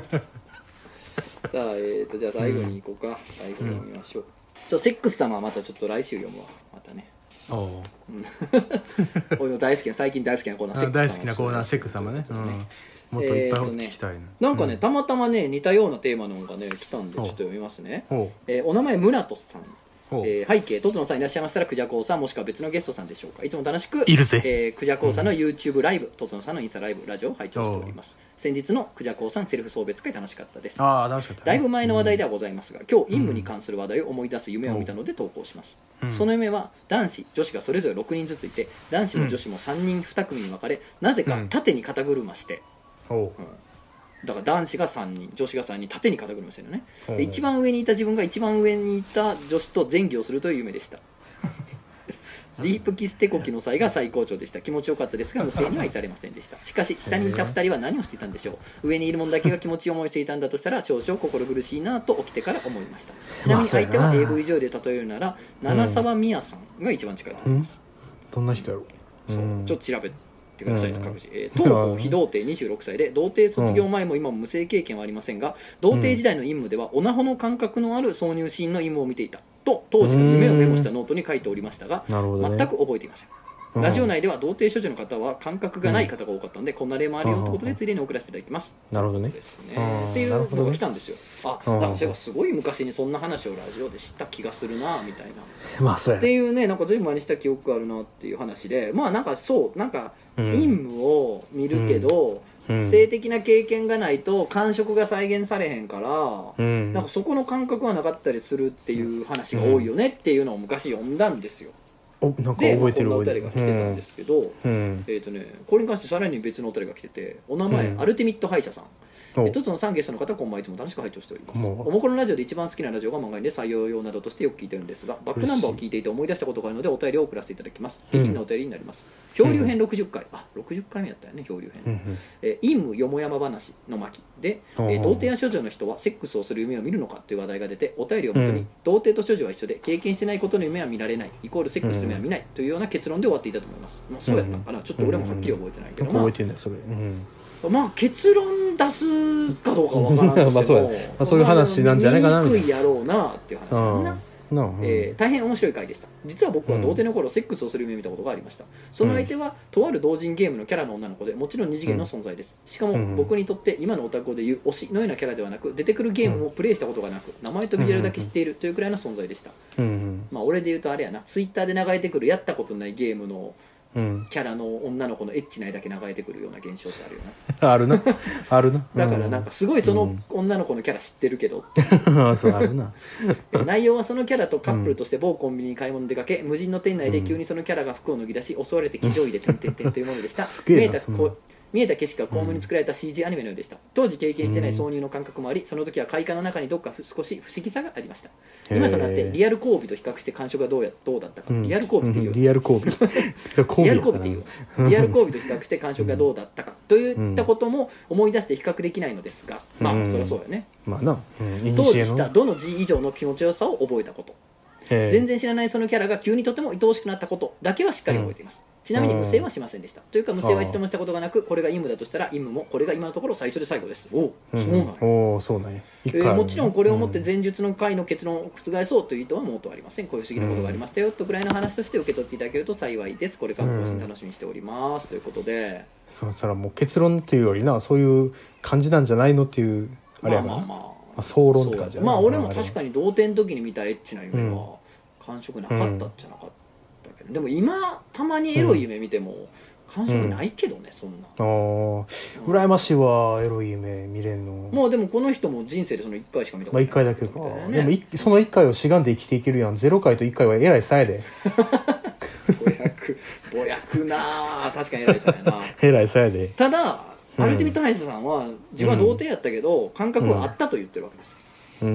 Speaker 1: えー、とじゃあ最後に行こうか最後に読みましょう、ちょセックス様はまたちょっと来週読むわまたね
Speaker 2: おおう
Speaker 1: 俺の大好きな最近大好きなコーナー
Speaker 2: あ
Speaker 1: セックス様
Speaker 2: 大好きなコーナーセックス様ね、うん、もっといっぱい聞きたいね
Speaker 1: なんかね、
Speaker 2: う
Speaker 1: たまたまね似たようなテーマのがね来たんでちょ
Speaker 2: お
Speaker 1: っと読みますね、
Speaker 2: ほう
Speaker 1: えーお名前村とさん
Speaker 2: ほう、
Speaker 1: えー背景、とつのさんいらっしゃいましたら、クジャコウさん、もしくは別のゲストさんでしょうか。いつも楽しく、
Speaker 2: いるぜ
Speaker 1: えークジャコウさんの YouTube ライブ、とつのさんのインスタライブ、ラジオを拝聴しております。先日のクジャコウさんセルフ送別会楽しかったです。
Speaker 2: ああ楽しかったね、
Speaker 1: だいぶ前の話題ではございますが、今日任務に関する話題を思い出す夢を見たので投稿します、
Speaker 2: うん
Speaker 1: その夢は男子女子がそれぞれ6人ずついて男子も女子も3人2組に分かれ、なぜか縦に肩車して、
Speaker 2: ほう
Speaker 1: だから男子が3人女子が3人縦に肩車してるのね
Speaker 2: ほう
Speaker 1: で一番上にいた自分が一番上にいた女子と前戯をするという夢で したディープキス手こきの際が最高潮でした気持ちよかったですが無性には至れませんでしたしかし下にいた2人は何をしていたんでしょう上にいるものだけが気持ちいい思いをしていたんだとしたら少々心苦しいなと起きてから思いましたちなみに相手
Speaker 2: まあ
Speaker 1: は
Speaker 2: そうやな
Speaker 1: AV 上で例えるなら
Speaker 2: ん
Speaker 1: 七沢美也さんが一番近いと思います、
Speaker 2: どんな人やろ
Speaker 1: そう
Speaker 2: うん
Speaker 1: ちょっと調べてください、
Speaker 2: うん
Speaker 1: 各自、えー当方非童貞26歳で童貞卒業前も今も無性経験はありませんが童貞時代の任務ではオナホの感覚のある挿入シーンの任務を見ていたと当時の夢をメモしたノートに書いておりましたが
Speaker 2: なるほど、
Speaker 1: 全
Speaker 2: ね、
Speaker 1: く覚えていません
Speaker 2: うん
Speaker 1: ラジオ内では童貞処女の方は感覚がない方が多かったので、こんな例もあるよということでついでに送らせていただきます、
Speaker 2: なるほどね
Speaker 1: ですね
Speaker 2: うん
Speaker 1: ってい
Speaker 2: なるほ
Speaker 1: う
Speaker 2: ど
Speaker 1: の
Speaker 2: ね
Speaker 1: が来たんですよあ
Speaker 2: うん
Speaker 1: なんかそういえばすごい昔にそんな話をラジオでした気がするなみたいな
Speaker 2: まあそう
Speaker 1: っ
Speaker 2: や
Speaker 1: て
Speaker 2: ね
Speaker 1: いうねなんかずいぶん前にした記憶があるなっていう話でまあなんかそうなんか
Speaker 2: うん
Speaker 1: 任務を見るけど、
Speaker 2: うん
Speaker 1: 性的な経験がないと感触が再現されへんから、
Speaker 2: うん
Speaker 1: なんかそこの感覚はなかったりするっていう話が多いよねっていうのを昔読んだんですよ。
Speaker 2: おなんか
Speaker 1: で、
Speaker 2: 覚えてる
Speaker 1: こんなお便り
Speaker 2: 覚えてる
Speaker 1: が来てたんですけど、
Speaker 2: うん、
Speaker 1: えーとね、これに関してさらに別のお便りが来ててお名前、
Speaker 2: うん
Speaker 1: アルティミット歯医者さん。
Speaker 2: うん、
Speaker 1: え一つの三ゲストの方こんばんはいつも楽しく拝聴しております
Speaker 2: こんばんは
Speaker 1: おもこのラジオで一番好きなラジオが漫画にで採用用などとしてよく聞いてるんですがバックナンバーを聞いていて思い出したことがあるのでお便りを送らせていただきます
Speaker 2: うん
Speaker 1: 下品なお便りになります、漂流編60回あ60回目だったよね漂流編、
Speaker 2: うん
Speaker 1: えー、陰夢よもやま話の巻で、え
Speaker 2: うん
Speaker 1: ー童貞や処女の人はセックスをする夢を見るのかという話題が出てお便りをもとに、
Speaker 2: うん
Speaker 1: 童貞と処女は一緒で経験してないことの夢は見られないイコールセックスの夢は見ないというような結論で終わっていたと思います、まあ、そうやったんかなちょっと俺もはっきり覚えてないけ
Speaker 2: なん
Speaker 1: ど、
Speaker 2: か
Speaker 1: まあ
Speaker 2: 覚えてるねそれ、うん、
Speaker 1: まあ結論出すかどうかわからんとしても
Speaker 2: まあそうやまあそういう話なんじゃないかな
Speaker 1: 見にくいやろうなっていう話だな、
Speaker 2: なあ、うん
Speaker 1: えー大変面白い回でした実は僕は童貞の頃、セックスをする夢を見たことがありましたその相手は、とある同人ゲームのキャラの女の子でもちろん二次元の存在です、しか
Speaker 2: う
Speaker 1: も
Speaker 2: ん
Speaker 1: 僕にとって今のオタクでいう推しのようなキャラではなく出てくるゲームをプレイしたことがなく名前とビジュアルだけ知っているというくらいの存在でした、
Speaker 2: うん
Speaker 1: まあ俺で言うとあれやなツイッターで流れてくるやったことのないゲームの
Speaker 2: うんうん、
Speaker 1: キャラの女の子のエッチな絵だけ流れてくるような現象ってあるよな
Speaker 2: あるな あるな
Speaker 1: だからなんかすごいその女の子のキャラ知ってるけど、
Speaker 2: うん そうあるな
Speaker 1: 内容はそのキャラとカップルとして某コンビニに買い物に出かけ、無人の店内で急にそのキャラが服を脱ぎ出し襲われて騎乗位で点々点というものでした
Speaker 2: す
Speaker 1: 見
Speaker 2: げえ
Speaker 1: え
Speaker 2: な
Speaker 1: た
Speaker 2: そんな
Speaker 1: こう見えた景色が巧妙に作られた CG アニメのようでした当時経験してない挿入の感覚もありその時は快感の中にどっかふ少し不思議さがありました今となってリアル交尾と比較して感触がどうやどうだったか、
Speaker 2: うん
Speaker 1: リアル交尾っていう、
Speaker 2: んリアル交尾 それ交
Speaker 1: リアル
Speaker 2: 尾や
Speaker 1: コビ
Speaker 2: から
Speaker 1: っていうリアルコビと比較して感触がどうだったかといったことも思い出して比較できないのですが、ま
Speaker 2: う
Speaker 1: あ
Speaker 2: ん
Speaker 1: そりゃそうよね
Speaker 2: まあな、うん、い
Speaker 1: 当
Speaker 2: にし
Speaker 1: 時
Speaker 2: え
Speaker 1: し
Speaker 2: の
Speaker 1: たどの字以上の気持ちよさを覚えたこと
Speaker 2: ええ
Speaker 1: 全然知らないそのキャラが急にとても愛おしくなったことだけはしっかり覚えています、ちなみに無性はしませんでしたというか無性は一度もしたことがなくこれが陰夢だとしたら陰夢もこれが今のところ最初で最後ですおうそうなんや、
Speaker 2: うん、おおそうなんや一
Speaker 1: えー
Speaker 2: 回あるね
Speaker 1: もちろんこれをもって前述の回の結論を覆そうという意図はもうとありませんこういう不思議なことがありましたよとぐらいの話として受け取っていただけると幸いですこれからも更新楽しみにしております、ということで
Speaker 2: そうそらもう結論っていうよりなそういう感じなんじゃないのっていうあ
Speaker 1: まあ
Speaker 2: れやな、
Speaker 1: まあ
Speaker 2: ま
Speaker 1: ま
Speaker 2: あ
Speaker 1: あ
Speaker 2: 総論っ
Speaker 1: そ
Speaker 2: て
Speaker 1: う
Speaker 2: 感じ
Speaker 1: だ
Speaker 2: やな
Speaker 1: まあ俺も
Speaker 2: れは
Speaker 1: 確かに同点の時に見たエッチな夢は感触なかったっちゃなかったけど、でも今たまにエロい夢見ても感触ないけどね、そんな、
Speaker 2: あー羨ましいわエロい夢見れんの
Speaker 1: もうでもこの人も人生でその1回しか見たこと
Speaker 2: まあ
Speaker 1: ない
Speaker 2: 1回だけか、
Speaker 1: ね
Speaker 2: でもいその1回をしがんで生きていけるやん0回と1回はえらいさやで
Speaker 1: ぼやくぼやくなあ確かに偉いさやな
Speaker 2: えらいさやで
Speaker 1: ただ、
Speaker 2: うん
Speaker 1: アルティミット・ハイスさんは自分は童貞やったけど、感覚はあったと言ってるわけですよ、
Speaker 2: うーん
Speaker 1: う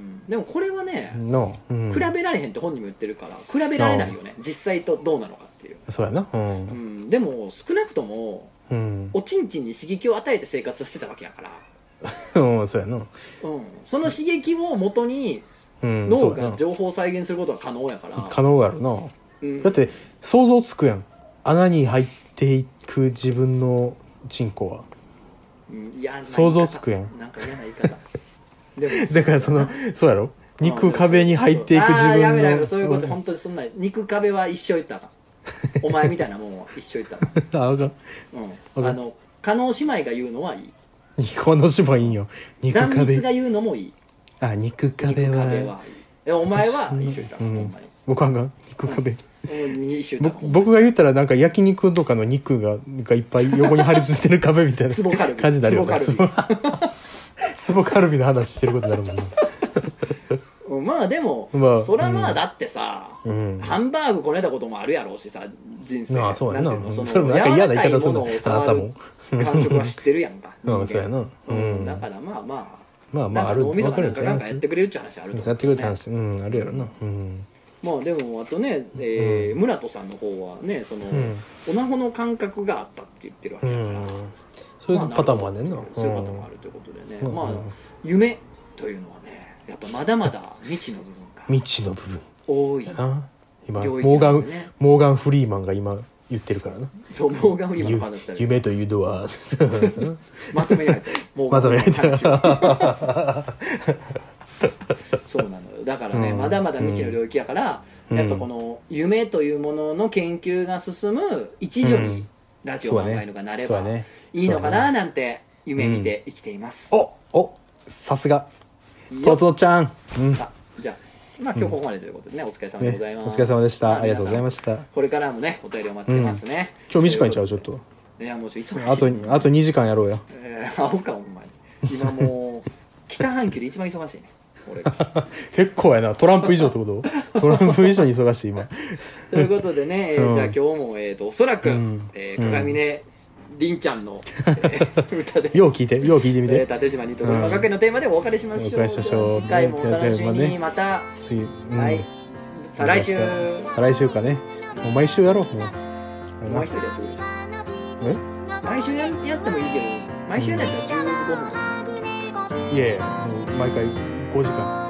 Speaker 1: んでもこれはね、
Speaker 2: の、うん、
Speaker 1: 比べられへんって本人も言ってるから比べられないよね実際とどうなのかっていう、
Speaker 2: そうやなう、
Speaker 1: うんん、でも少なくとも
Speaker 2: うん
Speaker 1: おちんちんに刺激を与えて生活してたわけやから、
Speaker 2: うん、そうやな、
Speaker 1: うん、その刺激を元に
Speaker 2: うん、
Speaker 1: 脳
Speaker 2: そうや
Speaker 1: が
Speaker 2: な
Speaker 1: 情報を再現することは可能やから、
Speaker 2: 可能やろな
Speaker 1: うん
Speaker 2: だって想像つくやん穴に入っていく自分のチンコは
Speaker 1: うん、いや
Speaker 2: 想像つくやん
Speaker 1: なんか嫌な言い方でも
Speaker 2: だからそのそうやろ肉壁に入っていく自
Speaker 1: あー
Speaker 2: 分の
Speaker 1: やめろやめろそういうこと本当にそんな肉壁は一生言ったらあか んお前みたいなもんは一生言ったらあか
Speaker 2: ああかん
Speaker 1: ん、うん、あの加納姉妹が言うのはいい
Speaker 2: 肉はのしばいいんよ肉
Speaker 1: 壇蜜が
Speaker 2: 壁
Speaker 1: 言うのもいい
Speaker 2: あ肉
Speaker 1: 肉
Speaker 2: 壁は
Speaker 1: 壁はいいえお前は一生言ったらあかん、
Speaker 2: うん
Speaker 1: ほんまに
Speaker 2: 僕はあかん肉壁、
Speaker 1: うん一生言ったらあかんほんま
Speaker 2: 僕
Speaker 1: に
Speaker 2: 僕が言ったらなんか焼肉とかの肉ががいっぱい横に張り付いてる壁みたいな
Speaker 1: 壺カルビ
Speaker 2: 感じになるよね
Speaker 1: 壺カル
Speaker 2: 壺壺カルビの話してることになるもんね
Speaker 1: うんまあでも、
Speaker 2: まあ
Speaker 1: そらま
Speaker 2: う
Speaker 1: あ
Speaker 2: ん
Speaker 1: だってさ、
Speaker 2: うん
Speaker 1: ハンバーグこねたこともあるやろうしさ人生
Speaker 2: ああそうやな
Speaker 1: なんていうの
Speaker 2: そ
Speaker 1: そ
Speaker 2: れ
Speaker 1: の
Speaker 2: も
Speaker 1: 柔
Speaker 2: なんから嫌な
Speaker 1: か
Speaker 2: 言
Speaker 1: い
Speaker 2: い方す
Speaker 1: も
Speaker 2: る
Speaker 1: の
Speaker 2: な
Speaker 1: を
Speaker 2: あなた
Speaker 1: 触る
Speaker 2: も
Speaker 1: 感触は知ってるやんか
Speaker 2: うん
Speaker 1: 人間
Speaker 2: そうやなうん
Speaker 1: だからまあまあ
Speaker 2: まあま
Speaker 1: な
Speaker 2: あ
Speaker 1: ん
Speaker 2: あ
Speaker 1: か
Speaker 2: る
Speaker 1: 大晦日なんかなん
Speaker 2: わ
Speaker 1: か
Speaker 2: か
Speaker 1: や
Speaker 2: る
Speaker 1: っ
Speaker 2: や
Speaker 1: てくれるって話あると思う
Speaker 2: やってくれた話うんあるやろなうん
Speaker 1: まあでもあとね、えー村戸さんの方はねその、
Speaker 2: ん
Speaker 1: オナホの感覚があったって言ってるわ
Speaker 2: う
Speaker 1: けだから、
Speaker 2: んそういうパターンもあんねんな
Speaker 1: まあるほどそういうパターンもあ
Speaker 2: る
Speaker 1: るということでね、
Speaker 2: うん
Speaker 1: まあ
Speaker 2: うん
Speaker 1: 夢というのはねやっぱまだまだ未知の部分が
Speaker 2: 未知の部分
Speaker 1: 多い
Speaker 2: やな今モ
Speaker 1: 領域
Speaker 2: ーガ
Speaker 1: なん
Speaker 2: ン
Speaker 1: でね
Speaker 2: モーガン・フリーマンが今言ってるからな
Speaker 1: そうモーガン・フリーマンの話され
Speaker 2: ゆ
Speaker 1: る
Speaker 2: 夢という のは
Speaker 1: まとめられてもう
Speaker 2: まとめ られた
Speaker 1: そうなのよだからね、
Speaker 2: うん
Speaker 1: まだまだ未知の領域やから、
Speaker 2: うん
Speaker 1: やっぱこの夢というものの研究が進む一助
Speaker 2: う
Speaker 1: に
Speaker 2: ん
Speaker 1: ラジオ
Speaker 2: そう
Speaker 1: 番
Speaker 2: や
Speaker 1: 外の
Speaker 2: ね
Speaker 1: がなれ
Speaker 2: そう
Speaker 1: ば
Speaker 2: やね
Speaker 1: いいのか
Speaker 2: そう
Speaker 1: な
Speaker 2: やね
Speaker 1: なんて夢見て生きています、
Speaker 2: おおさすが
Speaker 1: いい
Speaker 2: と
Speaker 1: よ
Speaker 2: つのちゃんうん
Speaker 1: さあじゃあまあ今日ここまでということでね、お疲れ様で
Speaker 2: ね
Speaker 1: ござい
Speaker 2: お
Speaker 1: ます、
Speaker 2: 疲れ様でした
Speaker 1: ま
Speaker 2: ありがとうございま
Speaker 1: 皆さん
Speaker 2: した
Speaker 1: これからもねお便りお待ちしてますね、
Speaker 2: 今日短いんちゃうちょっと
Speaker 1: いやもうちょっと忙しい
Speaker 2: あ とあと2時間やろうや
Speaker 1: えー、青かお前今もう 北半球で一番忙しいね俺が
Speaker 2: 結構やなトランプ以上ってことトランプ以上に忙しい今
Speaker 1: ということでね、えー
Speaker 2: うん
Speaker 1: じゃあ今日も、えー、とおそらく、
Speaker 2: うん
Speaker 1: えー鏡ね凛ちゃんの、えー歌 で。
Speaker 2: よう聞いてよう聞いてみ
Speaker 1: えー、
Speaker 2: て
Speaker 1: 縦島にところ学園のテーマでお別れしましょう,、
Speaker 2: お別れしましょう
Speaker 1: では次回もお楽しみ
Speaker 2: ね
Speaker 1: にまた、
Speaker 2: 次うん
Speaker 1: はい再来週
Speaker 2: よ
Speaker 1: も
Speaker 2: ろしく再来週かねもう毎週やろうもう
Speaker 1: う一人でやってくれる
Speaker 2: え
Speaker 1: 毎週ややってもいいけど毎週やったら15分
Speaker 2: いやいやもう毎回5時間